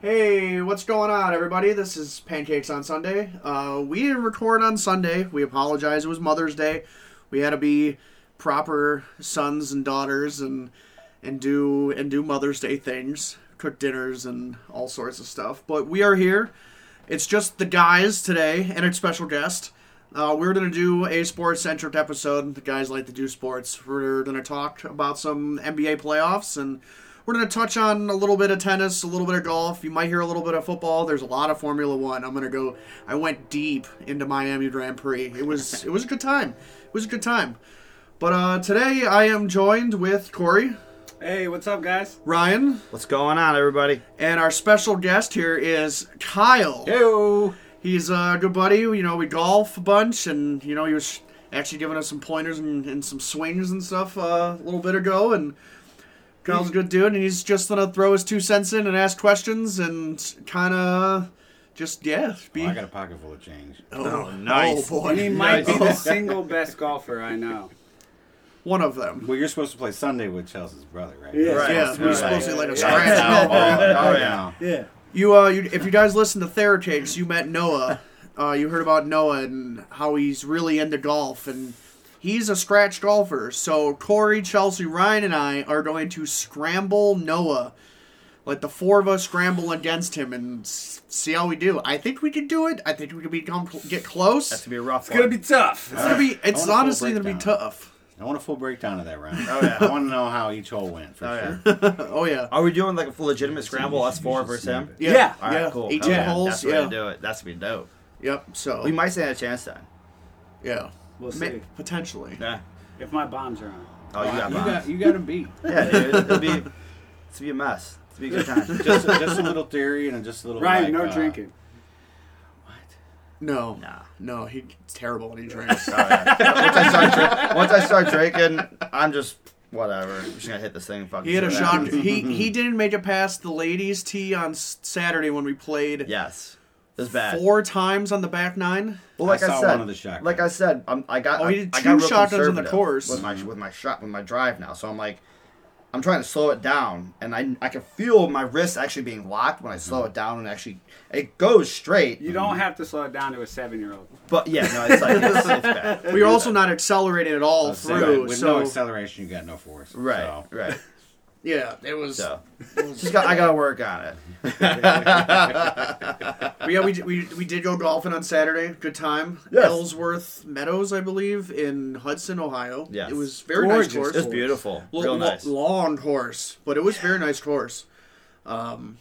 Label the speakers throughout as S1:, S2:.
S1: Hey, what's going on, everybody? This is Pancakes on Sunday. Uh, we record on Sunday. We apologize. It was Mother's Day. We had to be proper sons and daughters and and do and do Mother's Day things, cook dinners and all sorts of stuff. But we are here. It's just the guys today and a special guest. Uh, we're gonna do a sports centric episode. The guys like to do sports. We're gonna talk about some NBA playoffs and we're going to touch on a little bit of tennis, a little bit of golf. You might hear a little bit of football. There's a lot of Formula One. I'm going to go. I went deep into Miami Grand Prix. It was it was a good time. It was a good time. But uh, today I am joined with Corey,
S2: Hey, what's up, guys?
S1: Ryan,
S3: What's going on, everybody?
S1: and our special guest here is Kyle.
S2: Heyo.
S1: He's a good buddy. You know, we golf a bunch, and you know, he was actually giving us some pointers and, and some swings and stuff uh, a little bit ago. And Kyle's a good dude, and he's just gonna throw his two cents in and ask questions and kind of just yeah. Be,
S4: Well, I got a pocket full of change.
S1: oh,
S3: nice.
S1: oh, boy.
S2: And he might be the
S1: Nice.
S2: single best golfer I know.
S1: one of them.
S4: Well, you're supposed to play Sunday with Chelsea's brother, right?
S2: Yeah.
S4: Right.
S1: Yeah,
S3: right.
S1: we're supposed to let him
S4: Oh,
S1: scratch.
S4: oh, yeah.
S2: Yeah.
S1: You, uh, you, if you guys listen to Theratakes, you met Noah. Uh, you heard about Noah and how he's really into golf, and he's a scratch golfer. So Corey, Chelsea, Ryan, and I are going to scramble Noah. Let the four of us scramble against him and s- see how we do. I think we could do it. I think we could become get close.
S3: That's gonna be a rough.
S2: It's gonna be tough.
S1: it's gonna be. It's
S4: want a full
S1: honestly gonna be
S4: breakdown.
S1: tough.
S4: I want a full breakdown of that round.
S3: Oh, yeah.
S4: I want to know how each hole went for
S3: Oh,
S4: sure.
S3: yeah.
S1: Oh yeah.
S3: Are we doing like a legitimate scramble? Us four versus him.
S1: Yeah.
S2: Yeah.
S3: All right, cool.
S1: Eighteen
S3: Hell yeah.
S1: holes.
S3: That's the way
S1: yeah.
S3: to do it. That's gonna be dope.
S1: Yep. So
S3: We might stand a chance then.
S1: Yeah.
S2: We'll
S1: Ma-
S2: see
S1: potentially.
S3: Yeah.
S2: if my bombs are on.
S3: Oh, you got
S4: you,
S3: mine.
S4: got, you got him beat.
S3: Yeah, dude. It'll be. It's be a mess. It's be a good time.
S4: Just, just a little theory and just a little.
S2: Ryan,
S3: Oh
S4: like,
S2: no
S4: uh,
S2: drinking.
S1: No.
S3: Nah.
S1: No. He's terrible when he drinks.
S3: All right. Once I start, dri- once I start drinking, I'm just whatever. I'm just gonna hit this thing. and Fucking
S1: He had a
S3: see what
S1: shot.
S3: happens.
S1: He he didn't make it past the ladies' tee on S- Saturday when we played
S3: Yes. This is bad.
S1: four times on the back nine.
S3: Well, like
S4: I
S3: I,
S4: saw
S3: said,
S4: one of the shotguns.
S3: like I said, I'm, I got.
S1: Oh,
S3: I,
S1: he did
S3: I
S1: two
S3: got real
S1: shotguns on the
S3: conservative
S1: course.
S3: with my with my shot with my drive now. So I'm like, I'm trying to slow it down, and I I can feel my wrist actually being locked when I slow it down, and actually it goes straight.
S2: You don't have to slow it down to a seven-year-old.
S3: But yeah, no, it's like it's, it's bad.
S1: We were also not accelerating at all
S4: I'll say that
S1: through.
S4: With
S1: so
S4: Oh, no acceleration, you got no force.
S3: Right,
S4: So.
S3: right.
S1: yeah, it was.
S3: So just got I gotta work on it.
S1: But yeah, we, d- we we did go golfing on Saturday. Good time.
S3: Yes.
S1: Ellsworth Meadows, I believe, in Hudson, Ohio.
S3: Yes.
S1: it was very
S2: Gorgeous.
S1: nice course.
S3: It's beautiful,
S1: Lo-
S3: real
S1: lo-
S3: nice.
S1: long course, but it was very nice course. Um,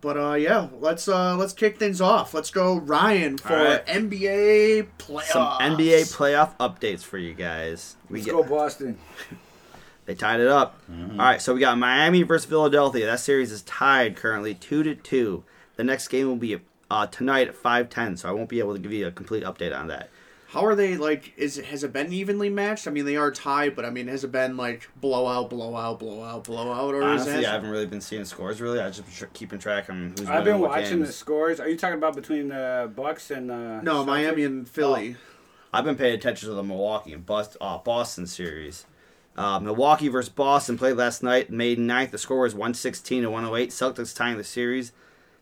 S1: but uh, yeah, let's uh, let's kick things off. Let's go, Ryan, for
S3: right.
S1: NBA playoffs.
S3: Some NBA playoff updates for you guys. We get,
S2: Boston.
S3: They tied it up. All right, so we got Miami versus Philadelphia. That series is tied currently two to two. The next game will be uh, tonight at five ten. So I won't be able to give you a complete update on that.
S1: How are they like? Is it- has it been evenly matched? I mean, they are tied, but I mean, has it been like blowout, blowout, blowout, blowout, or is
S3: Honestly, I
S1: that?
S3: haven't really been seeing scores. Really, I just been tr- keeping track on who's.
S2: I've
S3: winning
S2: been
S3: what
S2: watching
S3: games.
S2: the scores. Are you talking about between the Bucks and uh,
S1: No,
S2: Celtics?
S1: Miami and Philly.
S3: I've been paying attention to the Milwaukee and Bust, uh, Boston series. Uh, Milwaukee versus Boston played last night, May 9th. The score was 116 to 108. Celtics tying the series.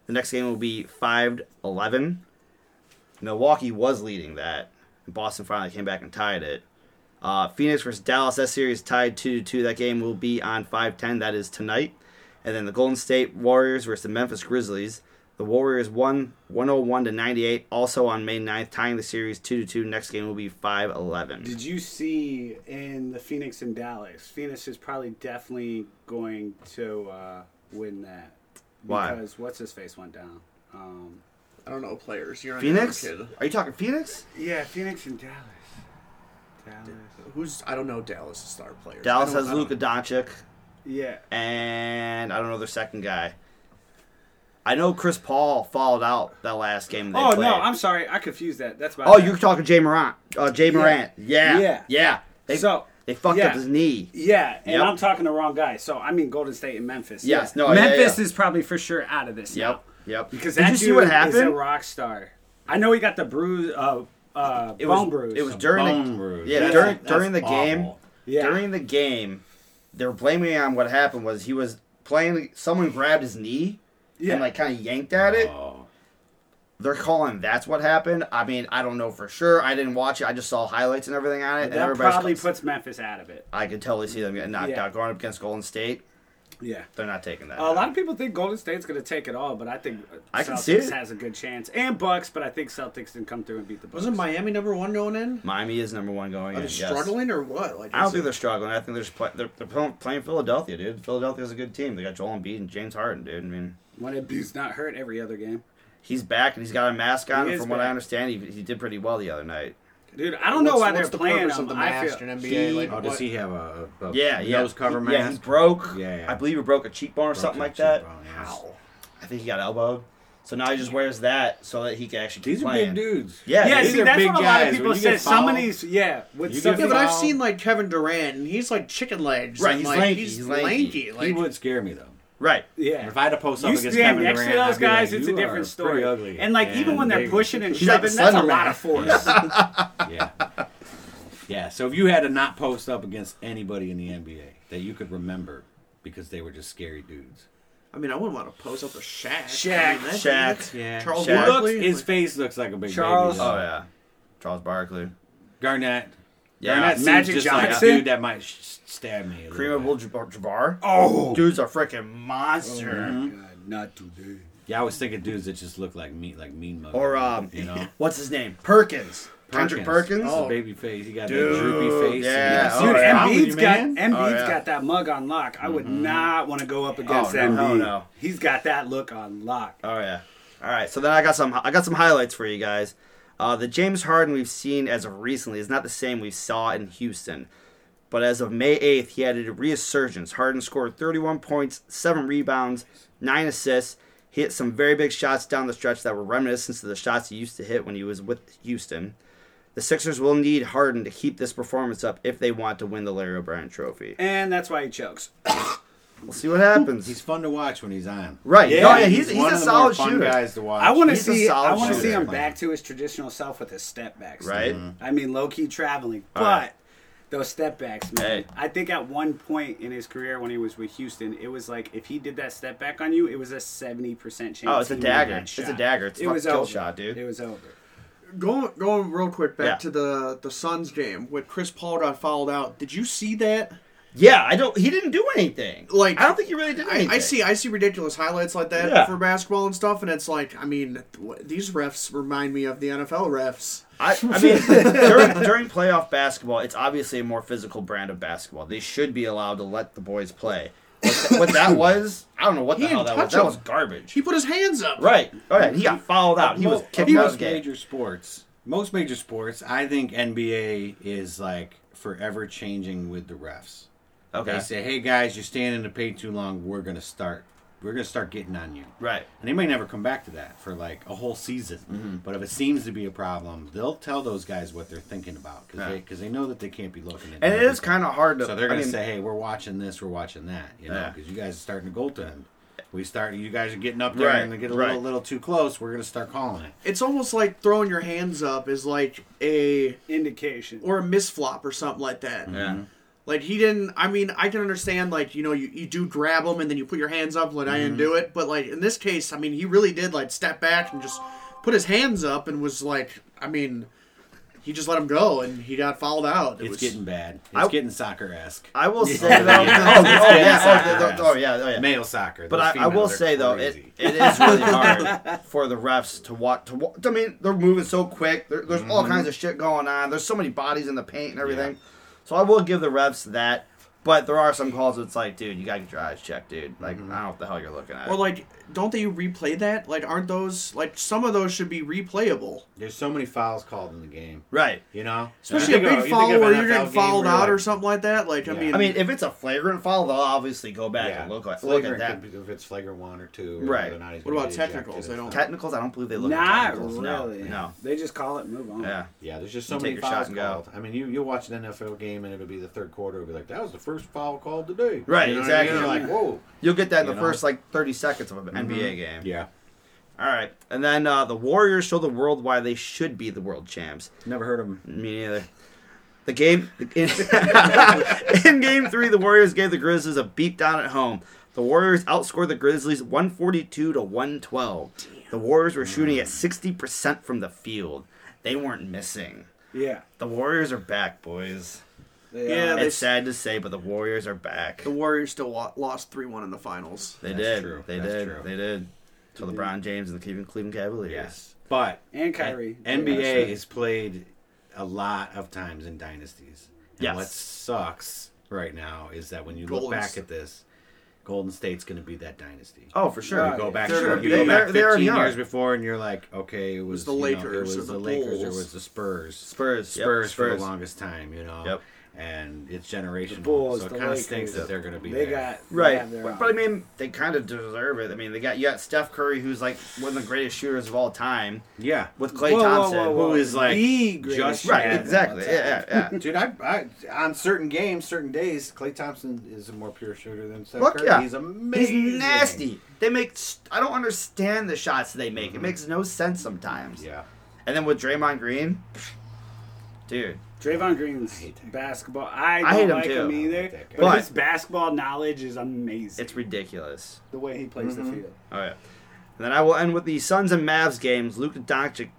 S3: The next game will be 5 11. Milwaukee was leading that. and Boston finally came back and tied it. Uh, Phoenix versus Dallas, that series tied 2 2. That game will be on 5 10. That is tonight. And then the Golden State Warriors versus the Memphis Grizzlies. The Warriors won 101 to 98, also on May 9th, tying the series 2 2. Next game will be 5 11.
S2: Did you see in the Phoenix and Dallas? Phoenix is probably definitely going to uh, win that.
S3: Why?
S2: Because what's his face went down. Um,
S1: I don't know players. You're a young
S3: Phoenix?
S1: kid.
S3: Are you talking Phoenix?
S2: yeah, Phoenix and Dallas. Dallas.
S1: Who's I don't know Dallas' star players.
S3: Dallas
S1: I don't-
S3: has
S1: I don't-
S3: Luka Doncic,
S2: Yeah.
S3: and I don't know their second guy. I know Chris Paul followed out that last game. They
S2: Oh
S3: played.
S2: no, I'm sorry, I confused that. That's my
S3: Oh,
S2: bad.
S3: you're talking Jay Morant. Uh, Jay Morant. Yeah.
S2: Yeah.
S3: Yeah. They,
S2: So,
S3: they fucked
S2: yeah.
S3: up his knee.
S2: Yeah, and
S3: Yep.
S2: I'm talking the wrong guy. So I mean Golden State and Memphis.
S3: Yes,
S2: Yeah.
S3: no, yeah,
S2: Memphis
S3: yeah.
S2: is probably for sure out of this. now.
S3: Yep. Yep.
S2: Because
S3: Did
S2: that
S3: you see
S2: dude
S3: what
S2: is a
S3: happened?
S2: rock star. I know he got the bruise, uh, uh,
S3: It
S2: bone
S3: was,
S2: bruise.
S3: It was during
S4: Bone
S3: the
S4: bruise.
S3: yeah
S4: That's-
S3: during
S4: that's
S3: during the
S4: awful.
S3: game.
S2: Yeah.
S3: During the game, they were blaming on what happened was he was playing. Someone grabbed his knee,
S2: Yeah.
S3: and like kind of yanked at it.
S4: Oh.
S3: They're calling that's what happened. I mean, I don't know for sure. I didn't watch it. I just saw highlights and everything on it. And
S2: That
S3: everybody's
S2: probably
S3: calling-
S2: puts Memphis out of it.
S3: I could totally see them getting knocked
S2: Yeah. Uh,
S3: out. Going up against Golden State,
S2: Yeah.
S3: they're not taking that.
S2: A lot of people think Golden State's going to take it all, but I think uh,
S3: I
S2: Celtics
S3: can see it.
S2: has a good chance. And Bucks, but I think Celtics didn't come through and beat the Bucks.
S1: Wasn't Miami number one going in?
S3: Miami is number one going
S1: Are
S3: in.
S1: they
S3: yes.
S1: struggling or what? Like
S3: I don't
S1: is
S3: think
S1: it-
S3: they're struggling. I think they're just play, they're, they're pl- playing Philadelphia, dude. Philadelphia's a good team. They got Joel Embiid and James Harden, dude. I mean,
S2: When Embiid's not hurt every other game.
S3: he's back and he's got a mask on.
S2: He
S3: and
S2: is
S3: from what I
S2: back.
S3: understand, he, he did pretty well the other night.
S2: Dude, I don't know
S1: What's-
S2: why
S1: what's
S2: they're
S1: the
S2: playing
S1: purpose
S2: him.
S1: of the
S2: I
S1: mask
S2: feel,
S1: in NBA?
S4: Oh,
S1: Like,
S4: does
S1: what?
S4: he have a, a, a
S3: Yeah, yeah.
S4: nose cover
S3: he,
S4: mask?
S3: Yeah, he broke.
S4: Yeah, yeah.
S3: I believe he broke a cheekbone or
S4: Broke
S3: something
S4: that
S3: like that.
S4: cheekbone, yes.
S1: Ow.
S3: I think he got elbowed. So now he just wears that so that he can actually keep
S4: These are
S3: playing.
S4: big dudes.
S3: Yeah,
S2: yeah,
S3: these
S2: see,
S4: are
S2: that's
S4: big
S2: what a lot of
S4: guys. When
S2: people
S4: you
S2: say.
S4: get fouled-
S2: Somebody's, yeah, with
S4: You get
S1: Yeah,
S2: something.
S1: but I've
S4: Foul.
S1: seen like Kevin Durant, and he's like chicken legs.
S3: Right,
S1: and,
S3: he's
S1: like,
S3: lanky,
S1: He's
S3: he's
S1: lanky.
S3: lanky.
S1: Like,
S4: he would scare me though.
S3: Right.
S2: yeah.
S4: If I had to post up
S2: You
S4: against
S2: stand
S4: Kevin
S2: next
S4: Durant,
S2: to those
S4: I'd be like,
S2: guys, it's
S4: "You
S2: a
S4: are
S2: different story.
S4: Pretty ugly.
S2: And like even when they're
S4: they-
S2: pushing and
S3: He's like the
S2: shoving, that's a
S3: Slender
S2: lot of
S3: Man.
S2: force.
S4: Yeah. yeah. Yeah. So if you had to not post up against anybody in the NBA that you could remember because they were just scary dudes.
S1: I mean, I wouldn't want to pose up a Shaq.
S2: Shaq,
S1: I mean, that's-
S3: Shaq.
S4: Yeah.
S1: Charles
S4: He
S3: Shaq.
S4: looks,
S1: Barkley.
S4: his
S1: like-
S4: face looks like a big
S2: Charles-
S4: baby.
S3: Oh
S4: though.
S3: yeah. Charles Barkley.
S4: Garnett.
S3: Yeah.
S4: Garnett seems
S2: Magic
S4: just
S2: Johnson.
S4: like a dude that might sh- stab me. a
S3: Kareem
S4: little bit.
S3: Abdul-Jabbar.
S2: oh, Mm-hmm.
S3: Dude's a freaking monster.
S2: God, not today.
S4: Yeah, I was thinking dudes that just look like me, like mean mug.
S3: Or um,
S4: you know,
S3: what's his name? Perkins. Kendrick Perkins.
S4: Oh,
S1: Oh.
S4: baby face. He got
S3: Dude,
S4: that droopy face.
S3: yeah.
S4: Yes.
S3: Oh,
S2: Dude,
S3: yeah.
S2: Embiid's got
S4: Man. Mm-hmm.
S2: Embiid's
S3: Oh, yeah.
S2: got that mug on lock. I would not want to go
S4: Oh,
S2: up against
S3: no,
S2: Embiid.
S3: hell no.
S2: He's got that look on lock.
S3: Oh yeah. All right. So then I got some. I got some highlights for you guys. Uh, the James Harden we've seen as of recently is not the same we saw in Houston. But as of May 8th, he had a resurgence. Harden scored 31 points, 7 rebounds, 9 assists, hit some very big shots down the stretch that were reminiscent of the shots he used to hit when he was with Houston. The Sixers will need Harden to keep this performance up if they want to win the Larry O'Brien trophy.
S2: And that's why he chokes.
S3: We'll see what happens.
S4: He's fun to watch when he's on.
S3: right.
S2: Yeah,
S3: No, yeah, he's, he's,
S4: one
S3: a
S4: of the more
S3: solid
S4: fun
S3: shooter.
S4: guys to watch.
S2: I want to
S3: He's a
S2: see. I
S3: solid
S2: want to see
S3: shooter.
S2: him back to his traditional self with his step backs.
S3: Right?
S2: I mean, low key traveling, but
S3: right.
S2: those step backs, man.
S3: Hey.
S2: I think at one point in his career when he was with Houston, it was like if he did that step back on you, it was a seventy percent chance.
S3: Oh, it's a
S2: he made
S3: dagger.
S2: that
S3: It's a
S2: shot.
S3: dagger. It's a
S2: it
S3: fucking
S2: was
S3: kill
S2: over.
S3: shot, dude.
S2: It was over.
S1: Going going real quick back
S3: Yeah.
S1: to the the Suns game when Chris Paul got fouled out. Did you see that?
S3: Yeah, I don't. He didn't do anything.
S1: Like-
S3: I don't think he really did
S1: I,
S3: anything.
S1: I see I see ridiculous highlights like that
S3: Yeah.
S1: for basketball and stuff, and it's like I mean what, these refs remind me of the NFL refs.
S3: I, I mean, during, during playoff basketball, it's obviously a more physical brand of basketball. They should be allowed to let the boys play. What, tha- what that was, I don't know what the
S1: He
S3: hell
S1: didn't
S3: that was.
S1: touch
S3: That
S1: him.
S3: was garbage.
S1: He put his hands up.
S3: right. Oh yeah, he got fouled out. He was
S4: Most-
S3: kicked out of the
S4: most
S3: game.
S4: major sports. Most major sports. I think NBA is like forever changing with the refs.
S3: Okay.
S4: They say, "Hey guys, you're standing to pay too long. We're gonna start. We're gonna start getting on you."
S3: Right. Mm-hmm.
S4: And they may never come back to that for like a whole season. But if it seems to be a problem, they'll tell those guys what they're thinking about because
S3: Yeah.
S4: they, 'cause they know that they can't be looking at.
S3: And it is
S4: everything.
S3: kind of hard to.
S4: So they're
S3: I
S4: gonna
S3: mean,
S4: say, "Hey, we're watching this. We're watching that." You know,
S3: Yeah.
S4: because you guys are starting to goaltend. We start. You guys are getting up there
S3: Right,
S4: and they get a
S3: right.
S4: little, little too close. We're gonna start calling it.
S1: It's almost like throwing your hands up is like a
S2: Indication.
S1: or a misflop or something like that.
S3: Yeah.
S1: Like he didn't. I mean, I can understand. Like you know, you, you do grab him and then you put your hands up, let
S4: Mm-hmm.
S1: Ian do it. But like in this case, I mean, he really did like step back and just put his hands up and was like, I mean, he just let him go and he got fouled out. It
S4: It's
S1: was,
S4: getting bad. It's
S3: I-
S4: getting soccer esque.
S3: I will say though. oh, oh, yeah, oh, the- the- oh yeah. Oh yeah.
S4: Male soccer.
S3: But
S4: Those
S3: I, I will
S4: females are
S3: say though, it,
S4: crazy.
S3: it is really hard for the refs to watch. To wa- I mean, they're moving so quick. There, there's all
S4: Mm-hmm.
S3: kinds of shit going on. There's so many bodies in the paint and everything. So I will give the refs that. But there are some calls that's like, dude, you gotta get your eyes checked, dude. Like,
S4: Mm-hmm.
S3: I don't know what the hell you're looking at.
S1: Or like, don't they replay that? Like, aren't those like some of those should be replayable?
S4: There's so many fouls called in the game.
S3: right.
S4: You know,
S1: Especially
S4: You think
S1: a
S4: of-
S1: big
S4: you think
S1: foul
S4: of
S1: where
S4: an
S1: you're
S4: NFL
S1: getting
S4: game where
S1: fouled
S4: you're
S1: out
S4: like-
S1: or something like that. Like, I
S4: Yeah.
S1: mean,
S3: I mean, if it's a flagrant foul, they'll obviously go back
S4: Yeah.
S3: and look at look at
S4: Flagrant
S3: that.
S4: could be- if it's flagrant one or two. or
S3: Right.
S4: whether or not he's
S1: What
S4: gonna
S1: about
S4: be
S1: technicals?
S4: ejected
S1: They
S4: and
S1: don't-
S4: stuff.
S3: Technicals, I don't believe they look at
S2: Not
S3: technicals.
S2: really.
S3: No,
S2: They just call it and move on.
S3: no, yeah.
S4: Yeah, there's just so
S3: You
S4: many
S3: take your shot
S4: fouls
S3: and go.
S4: called. I mean, you you'll watch an NFL game and it'll be the third quarter. It'll be like that was the first foul called today.
S3: Right,
S4: You know what
S3: exactly.
S4: I mean? You're like whoa.
S3: You'll get that in
S4: You
S3: the
S4: know? Mm-hmm.
S3: first like 30 seconds of an NBA game.
S4: Yeah.
S3: All right, and then uh, the Warriors show the world why they should be the world champs.
S4: Never heard of him.
S3: Me neither. The game in, in game three, the Warriors gave the Grizzlies a beat down at home. The Warriors outscored the Grizzlies 142 to 112. The Warriors were shooting at 60% from the field. They weren't missing.
S2: Yeah.
S3: The Warriors are back, boys.
S2: They uh,
S1: Yeah,
S2: are.
S1: they-
S3: It's sad to say, but the Warriors are back.
S1: The Warriors still wa- lost three one in the finals.
S3: They
S4: That's
S3: did.
S4: true.
S3: They
S4: That's
S3: did.
S4: true.
S3: They did. To LeBron James and the Cleveland Cleveland Cavaliers.
S4: Yes. But
S2: and Kyrie.
S4: NBA is played a lot of times in dynasties. And
S3: Yes.
S4: what sucks right now is that when you
S1: Golden
S4: look back
S1: S-
S4: at this, Golden State's going to be that dynasty.
S3: Oh, for sure.
S2: Right.
S4: You go back,
S1: They're
S4: you
S1: gonna
S4: go
S1: be-
S4: back
S3: they're- they already
S4: 15 years
S3: are.
S4: before, and you're like, okay, it was,
S1: the
S4: you know, it
S1: Lakers
S4: was
S1: or
S4: the,
S1: the
S4: Lakers, or it
S1: Bulls.
S4: was the Spurs.
S3: Spurs. Yep,
S4: Spurs, for
S3: Spurs.
S4: the longest time, you know.
S3: Yep.
S4: And it's generational,
S2: Bulls,
S4: so it
S2: the
S4: kind of
S2: Lakers.
S4: stinks that they're going to be
S2: They
S4: there.
S2: got they
S3: Right.
S2: have their
S3: But,
S2: own.
S3: but I mean, they kind of deserve it. I mean, they got you got Steph Curry, who's like one of the greatest shooters of all time,
S4: yeah.
S3: with Clay
S2: Whoa, whoa,
S3: Thompson,
S2: whoa, whoa.
S3: who is like
S2: The greatest
S4: just
S3: right,
S4: Yeah.
S3: exactly, yeah, yeah. yeah.
S5: Dude, I, I on certain games, certain days, Clay Thompson is a more pure shooter than Steph
S3: Fuck
S5: Curry.
S3: yeah.
S5: He's amazing.
S3: He's nasty. They make. St- I don't understand the shots they make.
S2: Mm-hmm.
S3: It makes no sense sometimes.
S4: Yeah.
S3: And then with Draymond Green, dude,
S2: Drayvon Green's
S4: hate that guy.
S2: basketball. I don't
S3: hate him
S2: like
S3: too.
S2: him
S4: I
S2: either.
S4: hate that guy.
S2: But,
S3: But-
S2: his basketball knowledge is amazing.
S3: it's ridiculous.
S5: The way he plays
S4: Mm-hmm.
S5: the field.
S3: All right. And then I will end with the Suns and Mavs games. Luka Doncic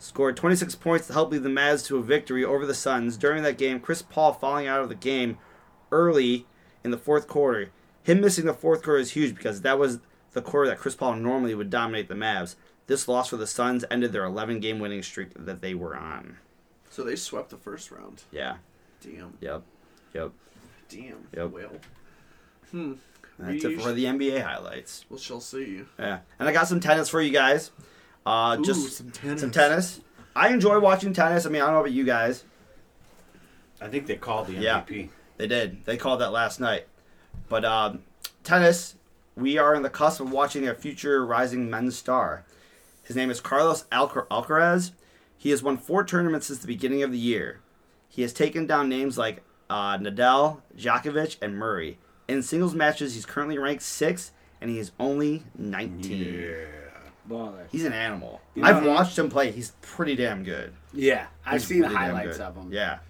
S3: scored 26 points to help lead the Mavs to a victory over the Suns. During that game, Chris Paul falling out of the game early in the fourth quarter. Him missing the fourth quarter is huge because that was the quarter that Chris Paul normally would dominate the Mavs. This loss for the Suns ended their 11 game winning streak that they were on.
S1: So they swept the first round.
S3: Yeah.
S1: Damn.
S3: Yep. Yep.
S1: Damn.
S3: Yep.
S1: Well,
S3: And that's it for the NBA highlights.
S1: we shall see.
S3: Yeah. And I got some tennis for you guys. Uh,
S1: Ooh,
S3: just
S1: some tennis.
S3: some tennis. I enjoy watching tennis. I mean, I don't know about you guys.
S4: I think they called the
S3: Yeah.
S4: MVP.
S3: They did. They called that last night. But um, tennis, we are on the cusp of watching a future rising men's star. His name is Carlos Alca- Alcaraz. He has won four tournaments since the beginning of the year. He has taken down names like uh, Nadal, Djokovic, and Murray. In singles matches, he's currently ranked sixth, and he is only 19.
S2: Baller.
S3: He's an animal.
S2: You
S3: I've
S2: know-
S3: watched him play. He's pretty damn good.
S2: Yeah, I've
S3: He's
S2: seen
S3: pretty damn
S2: highlights
S3: good.
S2: of him.
S3: Yeah.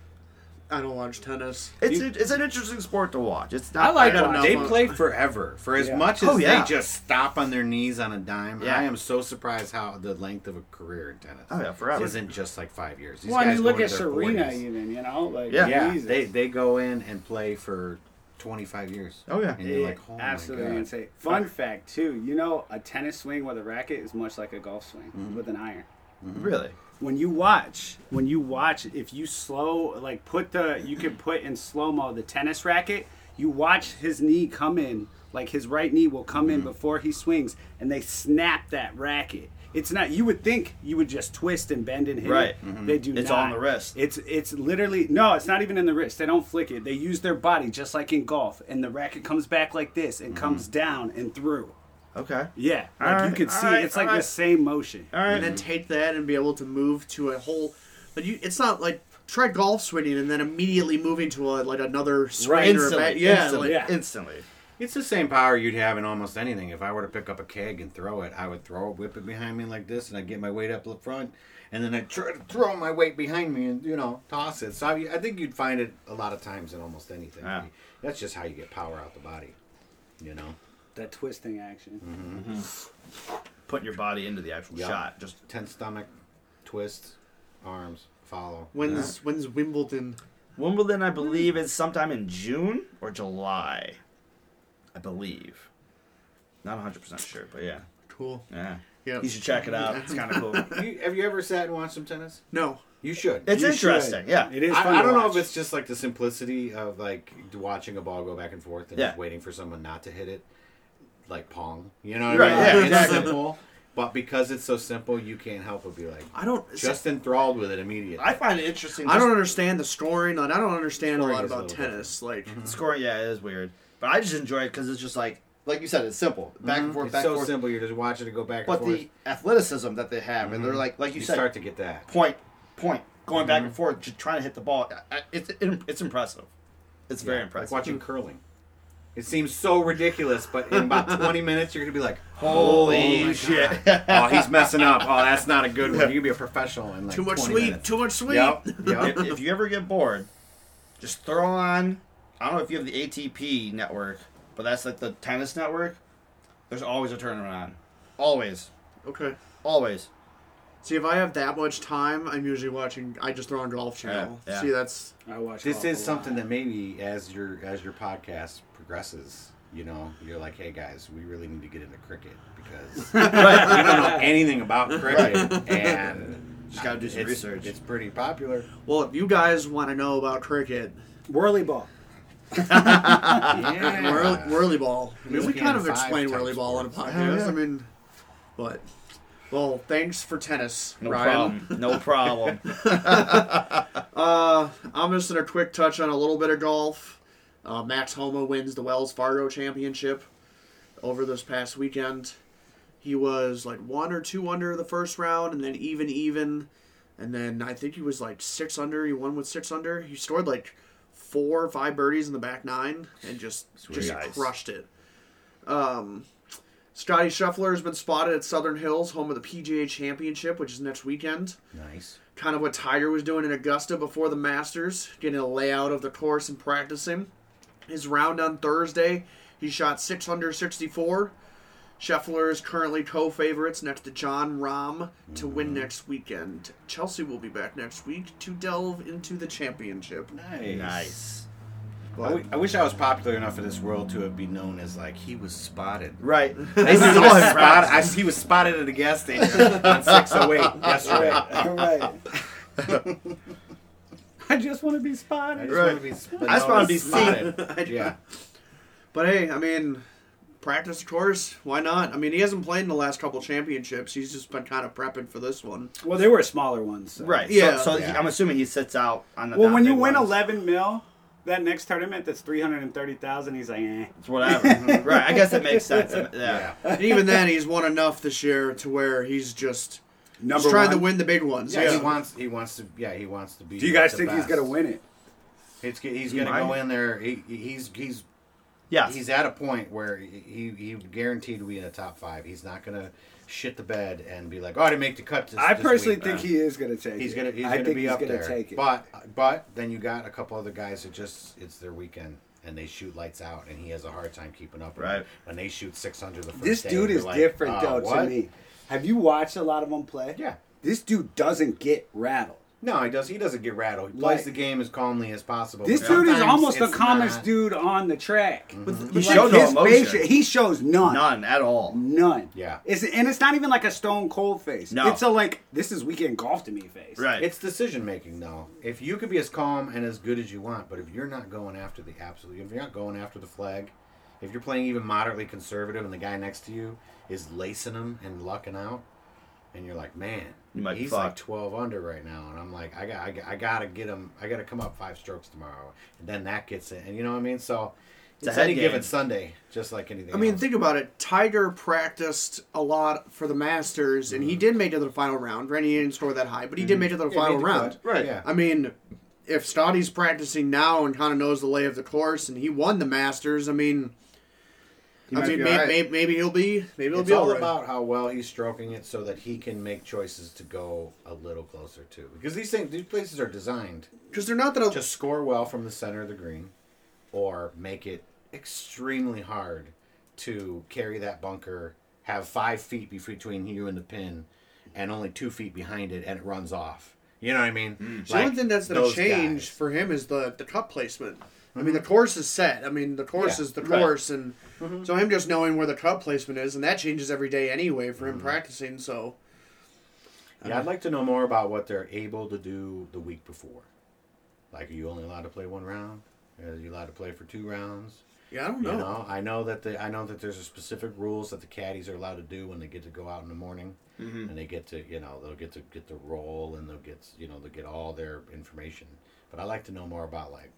S1: I don't watch tennis.
S3: It's, it's an interesting sport to watch. It's not
S4: I like
S3: bad
S4: them.
S1: enough
S4: They
S1: on-
S4: played forever. For as
S2: Yeah.
S4: much as
S3: Oh, yeah.
S4: they just stop on their knees on a dime,
S3: Yeah.
S4: I am so surprised how the length of a career in tennis
S3: Oh, yeah, forever.
S4: isn't just like five years. These
S2: Well, I
S4: guys
S2: mean, look
S4: go
S2: at
S4: into their
S2: Serena,
S4: 40s.
S2: even you know, like
S3: Yeah.
S4: Yeah,
S2: Jesus.
S4: they they go in and play for twenty five years.
S3: Oh, yeah.
S4: and you're
S2: Yeah,
S4: like, oh
S2: absolutely
S4: my God.
S2: insane. Fun fact too, you know, a tennis swing with a racket is much like a golf swing
S4: Mm-hmm.
S2: with an iron.
S3: Really?
S2: When you watch, when you watch, if you slow, like put the, you can put in slow mo the tennis racket. You watch his knee come in, like his right knee will come
S3: Mm-hmm.
S2: in before he swings, and they snap that racket. It's not. You would think you would just twist and bend and hit. it.
S3: Right. Mhm.
S2: They do.
S3: It's
S2: not.
S3: on the wrist.
S2: It's it's literally no, it's not even in the wrist. They don't flick it. They use their body just like in golf, and the racket comes back like this and comes down and through.
S3: Okay.
S2: Yeah, like
S3: Mm-hmm. All
S2: you
S3: right,
S2: could
S3: all
S2: see,
S3: right,
S2: it's like
S3: all
S2: the
S3: right.
S2: same motion.
S3: All right.
S1: and then take that and be able to move to a whole. But you, it's not like try golf swinging and then immediately moving to a, like another swing or a
S3: instantly,
S1: bat. Yeah,
S3: instantly,
S1: like,
S2: yeah.
S3: instantly.
S4: It's the same power you'd have in almost anything. If I were to pick up a keg and throw it, I would throw it, whip it behind me like this, and I'd get my weight up front, and then I'd try to throw my weight behind me and, you know, toss it. So I, I think you'd find it a lot of times in almost anything.
S3: Yeah.
S4: That's just how you get power out the body, you know?
S2: That twisting action.
S3: Putting your body into the actual
S4: Yeah.
S3: shot. Just
S4: Tense stomach, twist, arms, follow.
S1: when's when's Wimbledon?
S3: Wimbledon, I believe, is sometime in June or July. I believe. Not 100% sure, but yeah.
S1: Cool.
S3: Yeah.
S1: Yeah.
S3: You should check it out. It's kind of cool.
S4: You, have you ever sat and watched some tennis?
S1: No,
S4: You should.
S3: It's
S2: You
S3: interesting.
S2: should.
S3: Yeah.
S2: It is. Fun
S4: I, I
S2: to
S4: don't know
S2: watch.
S4: if it's just like the simplicity of like watching a ball go back and forth and
S3: Yeah.
S4: just waiting for someone not to hit it, like pong. You know what
S3: Right,
S4: I mean?
S3: yeah,
S4: Like,
S3: exactly.
S4: It's simple, but because it's so simple, you can't help but be like
S1: I don't.
S4: just enthralled with it immediately.
S3: I find it interesting.
S1: I
S3: just-
S1: don't understand the scoring. Like I don't understand a
S4: Scoring
S1: lot
S4: is a
S1: about
S4: little
S1: tennis. Like
S3: Scoring, yeah, it is weird. But I just enjoy it because it's just like, like you said, it's simple. Back and
S4: Mm-hmm.
S3: forth,
S4: it's
S3: back
S4: so
S3: and forth.
S4: simple. You're just watching it go back
S3: But
S4: and forth.
S3: the athleticism that they have, and they're like, like you,
S4: you
S3: said,
S4: start to get that.
S3: point, point, going back
S4: Mm-hmm.
S3: and forth, just trying to hit the ball. I- I- It's it's impressive. It's very
S4: Yeah,
S3: impressive.
S4: Like watching curling. It seems so ridiculous, but in about 20 minutes, you're gonna be like,
S3: Holy
S4: "Oh my
S3: shit.
S4: God. Oh, he's messing up. Oh, that's not a good one. You could be a professional in like
S1: too much
S4: 20
S1: sweep.
S4: minutes.
S1: Too much sweep.
S4: Yep.
S3: if,
S4: Yep.
S3: if you ever get bored, just throw on. I don't know if you have the ATP network, but that's like the tennis network. There's always a tournament on, always,
S1: Okay.
S3: always.
S1: See, if I have that much time, I'm usually watching. I just throw on Golf Channel.
S3: Yeah, yeah.
S1: See, that's
S2: I watch.
S4: This
S2: golf a
S4: is something
S2: lot.
S4: that maybe as your as your podcast progresses, you know, you're like, hey guys, we really need to get into cricket because we don't know anything about cricket and
S3: Just gotta do some
S4: it's,
S3: research.
S4: It's pretty popular.
S1: well. If you guys want to know about cricket,
S2: whirly ball.
S4: Yeah.
S1: whirl, whirly ball. I mean, we
S4: ESPN
S1: kind of
S4: five
S1: explained
S4: type
S1: whirly ball on a
S4: sports.
S1: podcast.
S4: Yeah.
S1: I mean, but well, thanks for tennis,
S3: No
S1: Ryan.
S3: problem. No problem.
S1: Uh, I'm just gonna quick touch on a little bit of golf. Uh, Max Homa wins the Wells Fargo Championship over this past weekend. He was like one or two under the first round, and then even even, and then I think he was like six under. He won with six under. He scored like four or five birdies in the back nine, and just just
S3: Nice.
S1: crushed it. Um, Scotty Scheffler has been spotted at Southern Hills, home of the PGA Championship, which is next weekend
S4: Nice.
S1: kind of what Tiger was doing in Augusta before the Masters, getting a layout of the course and practicing. His round on Thursday, he shot 6 under 64. Scheffler is currently co favorites next to John Rahm to win next weekend. Chelsea will be back next week to delve into the championship.
S4: Nice.
S3: nice.
S4: I, w- I wish I was popular enough in this world to have been known as like he was spotted.
S3: Right.
S4: This is what spot- I, he was spotted at a gas station on 608 yesterday.
S2: right. I just want to be spotted.
S4: just wanna be sp-
S3: I just wanna be
S4: spotted. yeah.
S1: But hey, I mean, practice the course. Why not? I mean, he hasn't played in the last couple championships. He's just been kind of prepping for this one.
S2: Well, they were smaller ones. so.
S3: Right.
S1: Yeah.
S3: Yeah. So, so He,
S4: Yeah.
S3: I'm assuming he sits out on the.
S2: Well, when
S3: not
S2: you
S3: big
S2: win
S3: ones.
S2: 11 mil, that next tournament that's 330,000, he's like, eh.
S3: It's whatever. right. I guess that makes sense. Yeah.
S4: Yeah.
S1: And even then, he's won enough this year to where he's just.
S2: Number
S1: He's trying
S2: one.
S1: to win the big ones.
S4: Yeah,
S1: Yeah.
S4: he wants. He wants to. Yeah, he wants to be.
S2: Do you guys
S4: the
S2: think he's
S4: best.
S2: going to win it?
S4: It's, he's
S3: He
S4: going to go
S3: might.
S4: in there. He, he's he's
S3: Yes.
S4: he's at a point where he he guaranteed to be in the top five. He's not going to shit the bed and be like, oh, I didn't make the cut. This,
S2: I
S4: this
S2: personally
S4: week."
S2: think he is going to take
S4: He's
S2: it.
S4: gonna he's
S2: I
S4: gonna
S2: think
S4: be
S2: he's
S4: up
S2: gonna
S4: there.
S2: take it.
S4: But but then you got a couple other guys that just it's their weekend and they shoot lights out and he has a hard time keeping up. And
S3: Right.
S4: When they shoot six under the first
S2: this
S4: day,
S2: dude
S4: you're
S2: is
S4: like,
S2: different,
S4: uh,
S2: though,
S4: what?
S2: to me. Have you watched a lot of them play?
S4: Yeah.
S2: This dude doesn't get rattled.
S4: No, he does. He doesn't get rattled. He
S2: Like-
S4: plays the game as calmly as possible.
S2: This
S4: but
S2: dude is
S4: sometimes
S2: almost the
S4: it's
S2: calmest
S4: not.
S2: dude on the track.
S3: Mm-hmm. He
S2: Like,
S3: showed no
S2: his
S3: emotion.
S2: facial- he shows none.
S3: None at all.
S2: None.
S4: Yeah.
S2: It's and it's not even like a stone cold face.
S3: No.
S2: It's a like this is weekend golf to me face.
S3: Right.
S4: It's decision making, though. If you could be as calm and as good as you want, but if you're not going after the absolute, if you're not going after the flag, if you're playing even moderately conservative and the guy next to you is lacing him and lucking out, and you're like, man,
S3: You might be
S4: he's like
S3: fucked."
S4: 12 under right now, and I'm like, I got, I, got- I gotta get him, I gotta come up five strokes tomorrow, and then that gets it, and you know what I mean? So it's,
S3: a head
S4: any given
S3: game.
S4: Sunday, just like anything.
S1: I mean,
S4: else.
S1: think about it. Tiger practiced a lot for the Masters, and he did make it to the final round. Randy he didn't score that high, but he did make it to the
S4: Mm-hmm. Yeah,
S1: final
S4: made the
S1: round.
S4: cut. Right. Yeah.
S1: I mean, if Scotty's practicing now and kind of knows the lay of the course, and he won the Masters, I mean, I
S4: might
S1: mean,
S4: be
S1: may,
S4: all right.
S1: may- maybe he'll be, maybe he'll
S4: it's
S1: be
S4: all
S1: all right.
S4: about how well he's stroking it so that he can make choices to go a little closer to because these things these places are designed
S1: because they're not that.
S4: to score well from the center of the green or make it extremely hard to carry that bunker have five feet bef- between you and the pin and only two feet behind it and it runs off you know what i mean
S1: the only thing that's going to change for him is the the cup placement. I mean, the course is set. I mean, the course
S4: Mm-hmm. Yeah,
S1: is the
S4: right. Mm-hmm.
S1: course, and so him just knowing where the cup placement is, and that changes every day anyway for
S4: Mm-hmm.
S1: him practicing. So.
S4: Yeah, I'd like to know more about what they're able to do the week before. Like, are you only allowed to play one round? Are you allowed to play for two rounds?
S1: Yeah, I don't
S4: You
S1: know.
S4: know, I know that the I know that there's a specific rules that the caddies are allowed to do when they get to go out in the morning, and they get to you know they'll get to get the roll and they'll get you know they'll get all their information. But I like to know more about like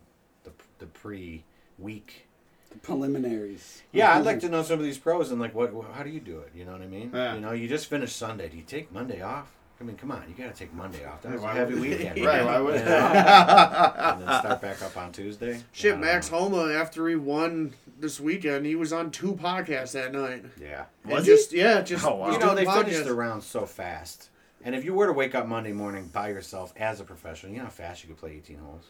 S4: the the pre week.
S2: Preliminaries.
S4: Yeah, I'd like to know some of these pros and like what, what how do you do it? You know what I mean?
S3: Yeah.
S4: You know, you just finished Sunday. Do you take Monday off? I mean, come on, you got to take Monday off. That
S5: Yeah,
S4: was a
S5: why
S4: heavy
S5: would-
S4: weekend.
S3: Right,
S4: you
S3: why
S4: know?
S3: would-
S4: Yeah. and then start back up on Tuesday. I
S1: Shit,
S4: don't
S1: Max
S4: know.
S1: Homa after he won this weekend, he was on two podcasts that night.
S4: Yeah.
S1: And
S3: Was he?
S1: just yeah, just
S3: Oh, wow.
S1: was
S4: you know,
S1: doing
S4: they
S1: podcasts.
S4: finish the round so fast. And if you were to wake up Monday morning by yourself as a professional, you know how fast you could play 18 holes.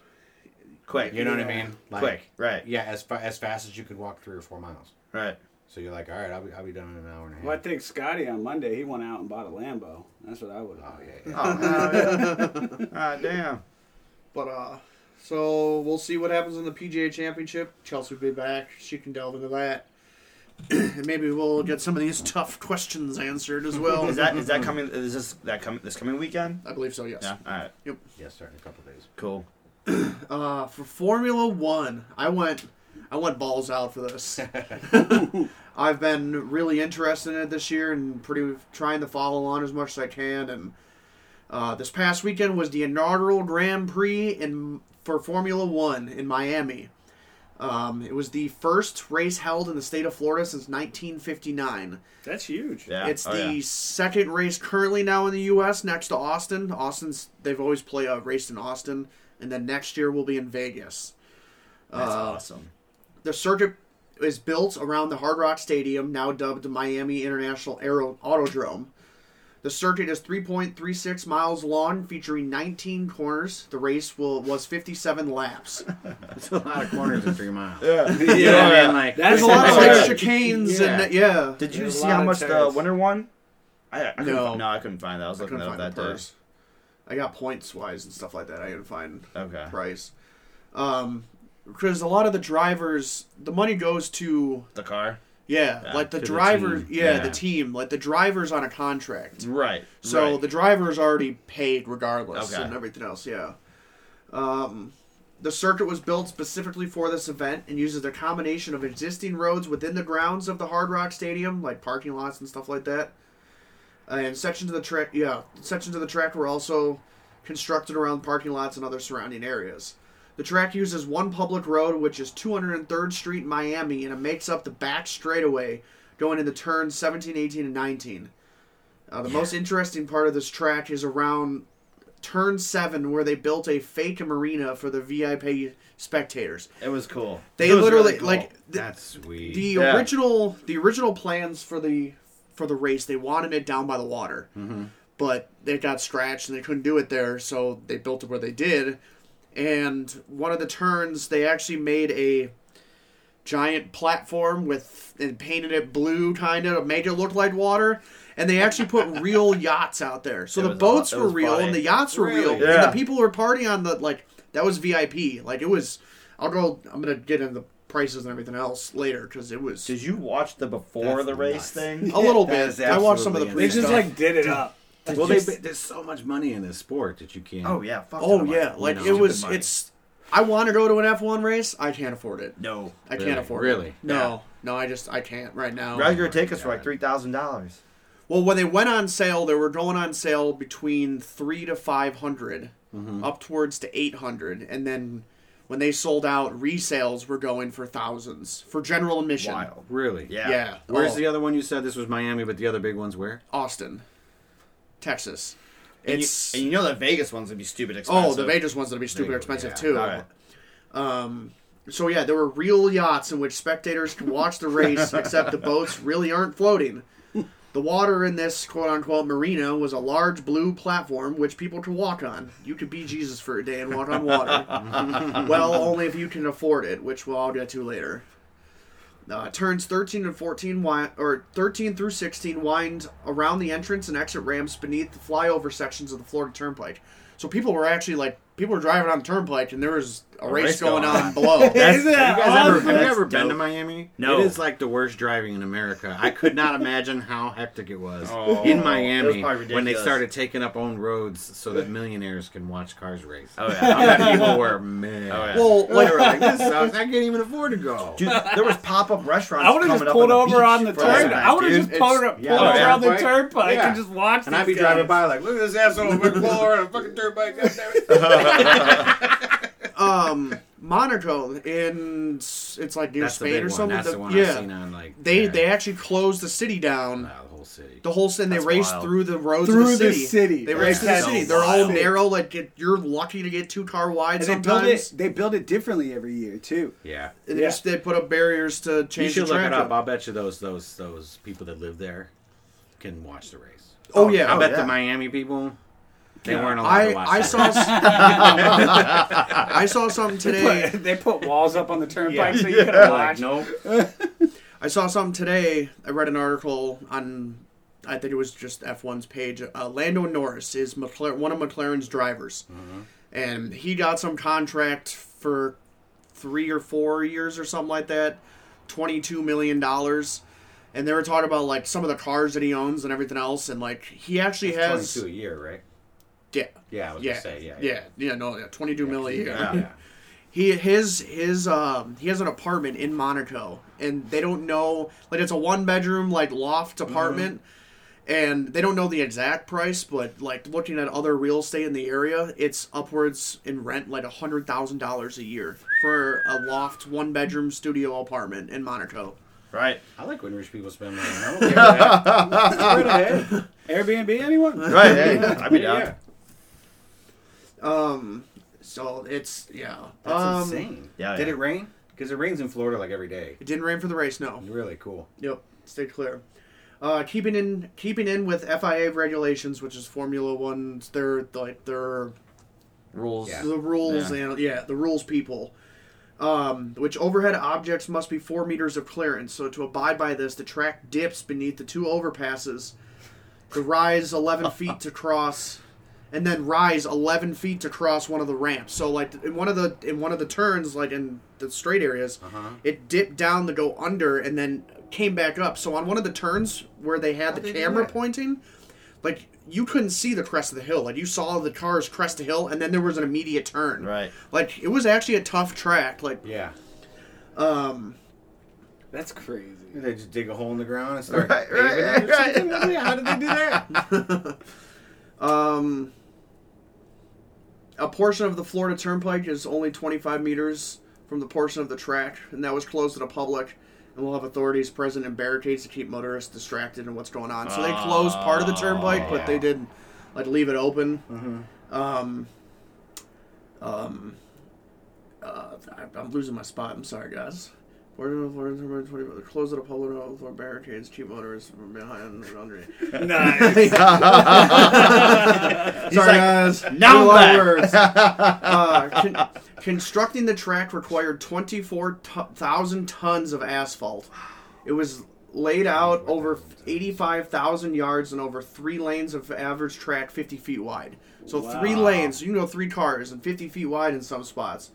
S3: Quick.
S4: You know what I mean? Like,
S3: Quick. Right.
S4: Yeah, as fa- as fast as you could walk three or four miles.
S3: Right.
S4: So you're like, all right, I'll be, I'll be done in an hour and a half.
S2: Well, I think Scotty on Monday he went out and bought a Lambo. That's what I would.
S4: Oh yeah, yeah.
S3: Oh, hell yeah. Ah, damn.
S1: But uh, so we'll see what happens in the PGA Championship. Chelsea will be back. She can delve into that, and maybe we'll get some of these tough questions answered as well.
S3: Is that is that coming? Is this that coming this coming weekend?
S1: I believe so. Yes.
S3: Yeah. All right.
S4: yeah, starting in a couple days.
S3: Cool.
S1: Uh, for Formula One, I went, I went balls out for this. I've been really interested in it this year and pretty trying to follow on as much as I can. And uh, this past weekend was the inaugural Grand Prix in for Formula One in Miami. Um, it was the first race held in the state of Florida since 1959.
S2: That's huge.
S3: Yeah.
S1: It's
S3: Oh,
S1: the
S3: yeah.
S1: second race currently now in the U.S. next to Austin. Austin's they've always play a race in Austin, and then next year will be in Vegas.
S3: That's
S1: uh,
S3: awesome.
S1: The circuit is built around the Hard Rock Stadium, now dubbed Miami International Aero- Autodrome. The circuit is 3.36 miles long, featuring 19 corners. The race will was 57 laps.
S4: It's a lot of corners in three miles.
S3: Yeah.
S4: You know what I
S3: Yeah.
S4: mean? Like,
S2: That's
S1: There's a lot of like
S2: absurd.
S1: chicanes
S3: Yeah.
S1: and yeah.
S3: Did you
S2: There's a
S3: see
S2: lot
S3: how
S2: of
S3: much the
S2: turns.
S3: winner won? I, I couldn't-
S1: No.
S3: no, I couldn't find that. I was looking
S1: couldn't
S3: that
S1: find
S3: up that
S1: the
S3: day.
S1: purse. I got points wise and stuff like that. I didn't find
S3: Okay.
S1: price. Um, because a lot of the drivers, the money goes to
S3: The car.
S1: yeah,
S3: Yeah,
S1: like the
S3: to the
S1: drivers,
S3: team.
S1: yeah,
S3: Yeah.
S1: the team, like the drivers on a contract.
S3: Right.
S1: So
S3: right.
S1: the driver's already paid regardless
S3: Okay.
S1: and everything else, yeah. Um, the circuit was built specifically for this event and uses a combination of existing roads within the grounds of the Hard Rock Stadium, like parking lots and stuff like that. And sections of the track, yeah, sections of the track were also constructed around parking lots and other surrounding areas. The track uses one public road, which is 203rd Street, in Miami, and it makes up the back straightaway going into turns 17, 18, and 19. Uh, the most interesting part of this track is around turn seven, where they built a fake marina for the VIP spectators.
S3: it was cool.
S1: They
S3: It was
S1: literally
S3: really cool.
S1: like the,
S4: That's sweet.
S1: the
S3: Yeah.
S1: original the original plans for the for the race. They wanted it down by the water,
S3: Mm-hmm.
S1: but it got scratched and they couldn't do it there, so they built it where they did. And one of the turns, they actually made a giant platform with and painted it blue kind of to make it look like water and they actually put real yachts out there so
S3: It
S1: the
S3: was
S1: boats
S3: aw- it
S1: were
S3: was
S1: real
S3: funny.
S1: and the yachts were real
S4: Really?
S1: and
S3: Yeah.
S1: the people were partying on the like that was vip like it was i'll go i'm gonna get into the prices and everything else later because it was
S3: Did you watch the before
S4: That's
S3: the race
S4: nuts.
S3: thing?
S1: a little
S4: That is
S1: bit i watched some of the pre
S4: absolutely
S2: They just
S1: stuff.
S2: like did it up.
S4: well, they, there's so much money in this sport that you can't.
S3: Oh yeah. Fuck
S1: oh
S3: that
S1: yeah
S3: money.
S1: like
S3: You
S1: it
S3: know,
S1: was
S3: stupid money.
S1: it's i want to go to an f1 race i can't afford it
S3: no.
S1: i can't
S4: Really?
S1: afford it
S4: Really?
S1: no no i just i can't right now
S3: Roger would take us for
S4: God.
S3: like three thousand dollars.
S1: Well, when they went on sale, they were going on sale between three to five up towards to eight hundred, and then when they sold out, resales were going for thousands for general admission.
S3: Wild.
S4: Really?
S3: Yeah.
S1: Yeah.
S4: Where's
S1: Oh,
S4: the other one you said this was Miami, but the other big one's where?
S1: Austin, Texas?
S3: And you,
S1: It's
S3: and you know the Vegas one's gonna be stupid expensive.
S1: oh, the Vegas ones that'll be stupid
S4: Vegas,
S1: expensive
S4: yeah.
S1: too. Um,
S3: All right.
S1: So yeah, there were real yachts in which spectators can watch the race, except the boats really aren't floating. The water in this quote unquote marina was a large blue platform which people could walk on. You could be Jesus for a day and walk on water.
S4: Uh,
S1: well, only if you can afford it, which we'll all get to later. Uh, turns 13 and 14 wi- or 13 through 16 wind around the entrance and exit ramps beneath the flyover sections of the Florida Turnpike. So people were actually like people were driving on the turnpike and there was a, race,
S3: race
S1: going,
S3: going
S1: on below.
S3: That's-
S2: Isn't that
S4: You guys ever, have
S2: awesome?
S4: you ever
S3: That's
S4: Oh, been to
S3: dope.
S4: Miami?
S3: No.
S4: It is like the worst driving in America. I could not imagine how hectic it was
S3: Oh, it was
S4: in
S3: probably
S4: Miami when they
S3: ridiculous.
S4: started taking up own roads so that millionaires can watch cars race.
S3: Oh yeah.
S4: I bet people were mad.
S3: Oh, yeah.
S1: Well,
S4: They
S1: like
S4: were like, this sucks. I can't even afford to go.
S3: Dude, there was pop up restaurants.
S2: I would have
S3: coming
S2: just
S3: up
S2: pulled
S3: on
S2: over
S3: the beach
S2: on the
S3: for us
S2: turnpike.
S3: back,
S2: I would have
S3: dude.
S2: just pulled,
S1: It's-
S2: up, pulled
S4: yeah,
S2: over
S4: yeah.
S2: on the
S4: Right.
S2: turnpike
S4: Yeah.
S2: and just watched.
S4: And I'd be
S2: these
S4: driving
S2: guys.
S4: by like, look at this asshole over the floor on a fucking turnpike. goddammit."
S1: um Monaco in s- it's like near
S4: That's the
S1: Spain
S4: big
S1: or
S4: one.
S1: something.
S4: That's
S1: The-
S4: the one
S1: yeah,
S4: I've seen on like.
S1: they
S4: yeah,
S1: they actually closed the city down.
S4: wow, the whole city.
S1: The whole city they
S3: That's
S1: raced
S3: wild.
S1: through the roads
S2: Through
S1: of
S2: the
S1: the city.
S2: city.
S1: They
S2: Yeah.
S1: raced through the
S2: That's
S1: city. They're all
S2: wild.
S1: narrow. Like it- you're lucky to get two car wide
S2: And they build it.
S1: sometimes.
S2: They build it differently every year too.
S4: yeah.
S1: And they, just, they put up barriers to
S4: You
S1: change
S4: should
S1: the
S4: look
S1: track.
S4: it up.
S1: up.
S4: I'll bet you those those those people that live there can watch the race.
S1: Oh yeah,
S4: I bet
S3: yeah.
S4: the Miami people They weren't allowed
S1: I,
S4: to watch
S1: I
S4: it.
S1: saw s- I saw something today.
S2: But they put walls up on the turnpike
S4: Yeah.
S2: so you could have
S4: Like,
S2: watched.
S4: nope.
S1: I saw something today. I read an article on, I think it was just F1's page. Uh, Lando Norris is McLaren, one of McLaren's drivers,
S4: Mm-hmm.
S1: and he got some contract for three or four years or something like that, twenty two million dollars. And they were talking about like some of the cars that he owns and everything else, and like he actually has
S4: Twenty-two a year, right?
S1: yeah,
S4: Yeah, I was
S1: yeah,
S4: gonna say, yeah,
S1: yeah, yeah, no, yeah, twenty two million.
S4: Yeah, yeah.
S1: he his his um he has an apartment in Monaco and they don't know like it's a one bedroom like loft
S4: Mm-hmm.
S1: apartment and they don't know the exact price but like looking at other real estate in the area it's upwards in rent like a hundred thousand dollars a year for a loft one bedroom studio apartment in Monaco
S3: Right.
S4: I like when rich people spend money. I don't care.
S2: Right ahead. Airbnb, anyone?
S3: Right. Hey, I'd be down.
S2: Yeah.
S1: um so it's yeah
S4: That's
S1: um,
S4: insane.
S3: Yeah,
S4: Did
S3: yeah.
S4: it rain? Because it rains in Florida like every day.
S1: it didn't rain for the race no
S4: Really cool.
S1: Yep, stay clear. Uh, keeping in keeping in with FIA regulations, which is Formula One's their like their
S3: Rules.
S4: Yeah.
S1: the rules and yeah the rules people. Um, which overhead objects must be four meters of clearance. So to abide by this, the track dips beneath the two overpasses, the rise eleven feet to cross, and then rise eleven feet to cross one of the ramps. So like in one of the in one of the turns, like in the straight areas, it dipped down to go under and then came back up. So on one of the turns where they had the
S4: they do
S1: camera
S4: that?
S1: pointing, like you couldn't see the crest of the hill. Like you saw the cars crest the hill, and then there was an immediate turn.
S3: Right.
S1: Like it was actually a tough track. Like
S4: Yeah.
S2: That's crazy.
S4: They just dig a hole in the ground and start.
S3: Right, right,
S4: paving it or
S3: right.
S4: something? How did they do that?
S1: um, a portion of the Florida Turnpike is only 25 meters from the portion of the track, and that was closed to the public. And we'll have authorities present and barricades to keep motorists distracted and what's going on. So they closed part of the turnpike, but they did like leave it open.
S4: Mm-hmm.
S1: Um, um, uh, I- I'm losing my spot. I'm sorry, guys. Portion of the Florida Turnpike, 25 closed to the public, no for barricades, keep motorists from behind and underneath.
S2: Nice.
S1: Sorry, guys.
S3: "Now
S1: Do a
S3: I'm
S1: lot of
S3: back."
S1: words. Uh, con- constructing the track required 24,000 tons of asphalt. It was laid out over 85,000 yards and over three lanes of average track 50 feet wide. So three
S2: Wow.
S1: lanes, you know, three cars and 50 feet wide in some spots.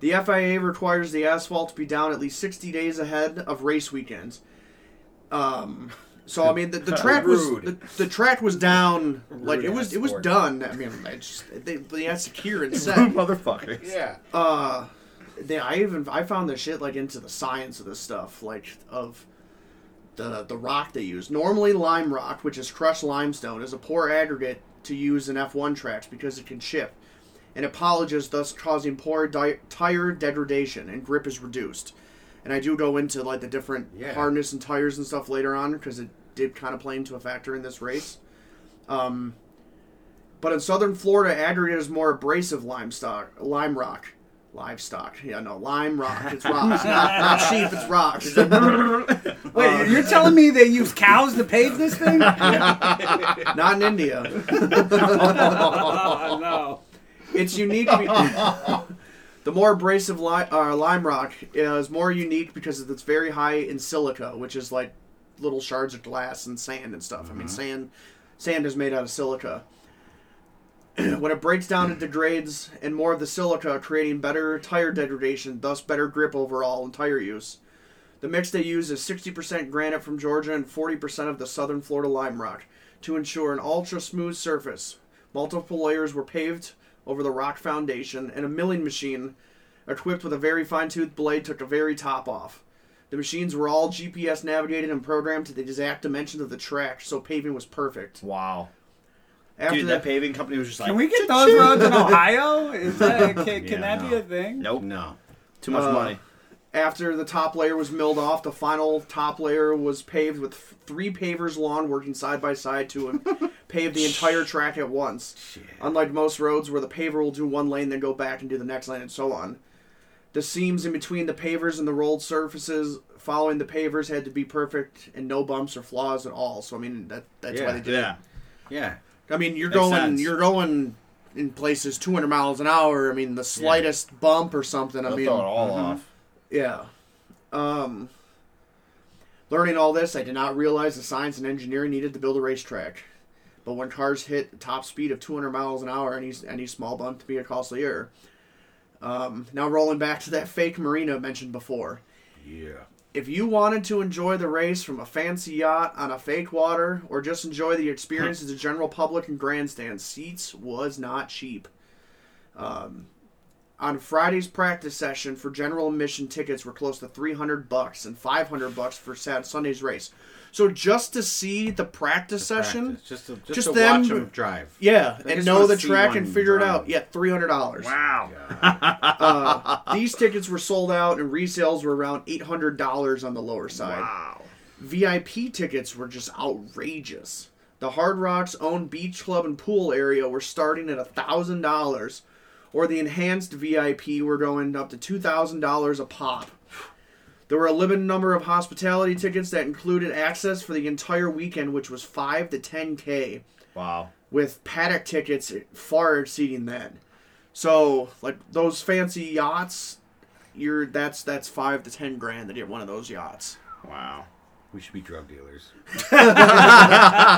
S1: The FIA requires the asphalt to be down at least 60 days ahead of race weekends. Um, so I mean, the, the track was
S4: Rude.
S1: the, the track was down. Like it was,
S4: ass
S1: it was
S4: sport.
S1: done. I mean, I just they, they had secure and set.
S3: Motherfuckers.
S4: Yeah.
S1: Uh, they, I even I found this shit like into the science of this stuff, like of the the rock they use. Normally, lime rock, which is crushed limestone, is a poor aggregate to use in F1 tracks because it can shift, and it polishes, thus causing poor di- tire degradation and grip is reduced. And I do go into like the different
S4: Yeah.
S1: hardness and tires and stuff later on because it did kind of play into a factor in this race. Um, but in southern Florida, aggregate is more abrasive livestock, lime rock, livestock. Yeah, no, lime rock. It's rocks, not, not sheep. It's rocks.
S2: Wait,
S4: Uh,
S2: you're telling me they use cows to pave this thing?
S1: Not in India.
S2: oh, no.
S1: It's unique. Be- the more abrasive li- uh, lime rock is more unique because it's very high in silica, which is like little shards of glass and sand and stuff. I mean, sand sand is made out of silica. when it breaks down, it degrades and more of the silica, creating better tire degradation, thus better grip overall and tire use. The mix they use is 60% granite from Georgia and 40% of the southern Florida lime rock to ensure an ultra smooth surface. Multiple layers were paved over the rock foundation, and a milling machine equipped with a very fine toothed blade took the very top off. The machines were all GPS navigated and programmed to the exact dimensions of the track, so paving was perfect.
S3: Wow.
S1: After
S3: Dude, that paving company was just like,
S2: Can we get those roads in Ohio? Is that can, can
S4: Yeah,
S2: that be
S4: no.
S2: a thing?
S3: nope,
S4: Oh, No.
S3: too much money.
S1: After the top layer was milled off, the final top layer was paved with f- three pavers long working side by side to pave the entire track at once. Unlike most roads where the paver will do one lane, then go back and do the next lane, and so on. The seams in between the pavers and the rolled surfaces following the pavers had to be perfect and no bumps or flaws at all. So I mean that that's why
S4: Yeah.
S1: they did it.
S3: Yeah.
S4: Yeah.
S1: I mean, you're
S3: Makes
S1: going
S3: sense.
S1: you're going in places 200 miles an hour. I mean, the slightest bump or something. I
S3: They'll
S1: mean,
S3: throw it all off.
S1: yeah. Um, learning all this, I did not realize the science and engineering needed to build a racetrack. But when cars hit top speed of 200 miles an hour, any any small bump to be a costly error. Um, now rolling back to that fake marina mentioned before
S4: Yeah.
S1: if you wanted to enjoy the race from a fancy yacht on a fake water or just enjoy the experience as a general public and grandstand, seats was not cheap. Um, on Friday's practice session for general admission tickets were close to 300 bucks and 500 bucks for Sat Sunday's race. So just to see the practice session,
S4: Practice. Just to, just
S1: Just
S4: to
S1: them-
S4: watch them drive.
S1: yeah,
S4: They
S1: and
S4: just
S1: know
S4: wanna
S1: the
S4: see
S1: track
S4: one
S1: and figure it
S4: drive.
S1: out. Yeah, $300.
S2: Wow.
S1: Uh, these tickets were sold out and resales were around $800 on the lower side.
S2: Wow.
S1: VIP tickets were just outrageous. The Hard Rock's own beach club and pool area were starting at thousand dollars, or the enhanced VIP were going up to two thousand dollars a pop. There were a limited number of hospitality tickets that included access for the entire weekend, which was five to ten k,
S3: Wow.
S1: with paddock tickets far exceeding that. So, like those fancy yachts, you're that's that's five to ten grand to get one of those yachts.
S3: Wow.
S4: We should be drug dealers. That's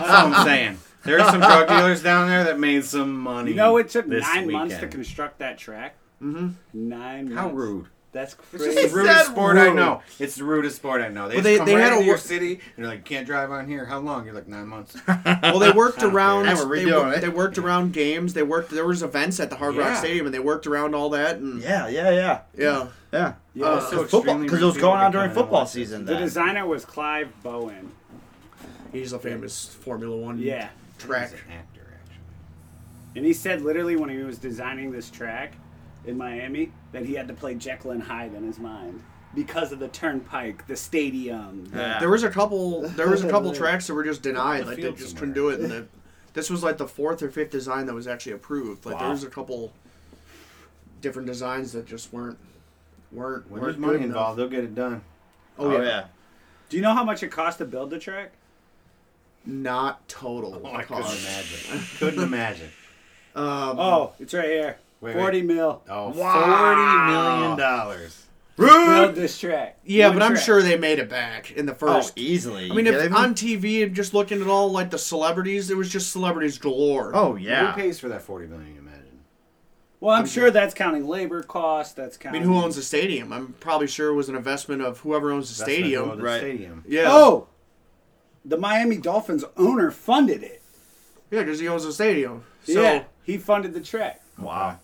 S4: all I'm saying. There are some drug dealers down there that made some money.
S2: You know, it took nine
S4: this
S2: months to
S4: weekend.
S2: construct that track. Mm-hmm. Nine.
S4: How
S2: months.
S4: rude.
S2: That's
S4: It's the
S2: crazy.
S4: rudest
S1: said
S4: sport I
S1: rude.
S4: know. It's the rudest sport I know. They,
S1: Well,
S4: just
S1: they-
S4: come
S1: they
S4: right
S1: had a
S4: into your
S1: wor-
S4: city and they're like, can't drive on here. How long? You're like, nine months.
S1: Well, they worked around.
S3: And we're
S1: they,
S3: redoing
S1: wor-
S3: it.
S1: they worked around games. They worked. There was events at the Hard Rock
S4: Yeah.
S1: Stadium, and they worked around all that. And yeah,
S3: Yeah, yeah, yeah.
S1: yeah.
S3: Yeah.
S2: Yeah,
S1: Uh,
S4: Oh, so
S3: football
S4: extremely
S3: because it was
S4: rude
S3: going
S4: people
S3: on during
S4: coming and
S3: football
S4: watching.
S3: season.
S2: the
S3: then.
S2: designer was Clive Bowen.
S1: he's a famous Formula One
S4: Mm.
S2: Yeah.
S1: track.
S4: He's an actor, actually.
S2: And he said literally when he was designing this track in Miami that he had to play Jekyll and Hyde in his mind because of the turnpike, the stadium. the-
S3: Yeah.
S1: There was a couple. There was a couple tracks that were just denied.
S4: The
S1: Like they
S4: field
S1: just
S4: somewhere.
S1: couldn't do it. And the, this was like the fourth or fifth design that was actually approved. Like there
S2: Wow.
S1: was a couple different designs that just weren't weren't
S4: When
S1: weren't
S4: there's
S1: good
S4: money
S1: enough.
S4: involved, they'll get it done.
S1: Oh, yeah.
S2: Do you know how much it cost to build the track?
S1: not total.
S4: Oh, I couldn't
S1: cost.
S4: imagine. couldn't imagine.
S1: Um,
S2: Oh, it's right here.
S4: Wait,
S2: Forty mil.
S4: Oh,
S3: Wow.
S4: $40 million.
S2: to Build this track.
S1: yeah,
S2: One
S1: but I'm
S2: track.
S1: sure they made it back in the
S3: Oh,
S1: first
S3: easily.
S1: I mean,
S3: You kidding
S1: if
S3: me?
S1: on TV, and just looking at all like the celebrities, it was just celebrities galore.
S3: oh
S4: Who
S3: yeah.
S4: pays for that 40 million, you imagine?
S2: Well, I'm sure that's counting labor costs. That's
S1: I
S2: counting.
S1: mean, who owns the stadium? I'm probably sure it was an investment of whoever owns the
S4: That's not
S1: stadium.
S4: going to the
S3: right.
S4: Stadium.
S1: Yeah.
S2: Oh, the Miami Dolphins owner funded it.
S1: yeah, because he owns the stadium. So
S2: yeah, he funded the track
S3: Wow.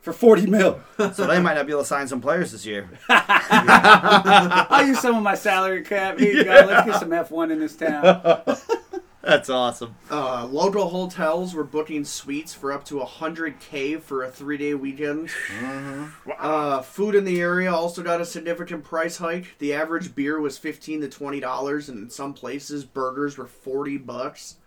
S2: for forty mil.
S3: so they might not be able to sign some players this year.
S2: I'll use some of my salary cap. Here you go. Let's get some F1 in this town.
S3: That's awesome.
S1: uh, local hotels were booking suites for up to hundred k for a three day weekend.
S3: Mm-hmm.
S1: Uh, food in the area also got a significant price hike. The average beer was fifteen to twenty dollars, and in some places, burgers were forty bucks.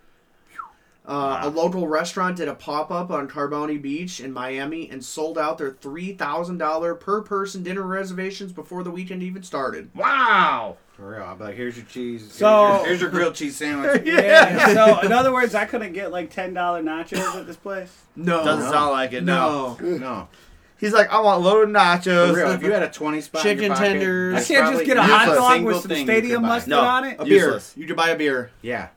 S1: Uh, A local restaurant did a pop up on Carboni Beach in Miami and sold out their three thousand dollar per person dinner reservations before the weekend even started.
S3: Wow.
S4: For real. I'll be like, here's your cheese. here's
S2: So-
S4: your- here's your grilled cheese sandwich.
S2: Yeah. So, in other words, I couldn't get like ten dollar nachos at this place.
S1: No,
S3: Doesn't sound like it. No.
S1: Oh, no.
S4: No.
S3: He's like, I want loaded nachos.
S4: For real, if you had a 20 spot in
S1: Chicken
S4: your pocket,
S1: tenders.
S2: I
S4: there's
S2: can't just
S4: probably
S2: get a
S4: not
S2: hot dog
S4: single
S2: with some
S4: thing you could
S2: stadium
S4: buy.
S2: mustard
S3: No.
S2: on it.
S1: A beer.
S3: Useless.
S1: You could buy a beer.
S4: Yeah.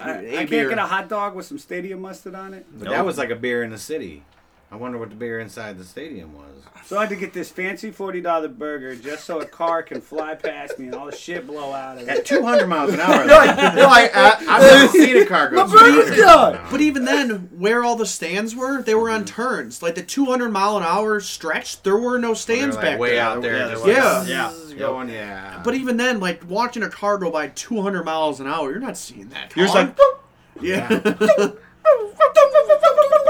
S2: I, I
S1: A
S2: can't
S1: beer.
S2: get a hot dog with some stadium mustard on it.
S4: But
S3: Nope.
S4: that was like a beer in the city. I wonder what the beer inside the stadium was.
S2: So I had to get this fancy forty dollar burger just so a car can fly past me and all the shit blow out of
S4: At
S2: it.
S4: 200 miles an hour.
S3: You're
S4: like,
S3: like, you're like, uh,
S4: I've never seen a car go.
S2: My brain's done.
S4: 200 miles an hour.
S1: But even then, where all the stands were, they were on turns. Like the 200 mile an hour stretch, there were no
S4: They're
S1: stands
S4: like
S1: back
S4: way
S1: there.
S4: out there.
S3: Yeah,
S4: just
S1: they're
S4: like,
S1: like-
S3: Yeah.
S4: "This is
S3: Yeah.
S4: Going, yeah.
S1: But even then, like watching a car go by 200 miles an hour, you're not seeing that. Car.
S3: you're just like,
S1: yeah.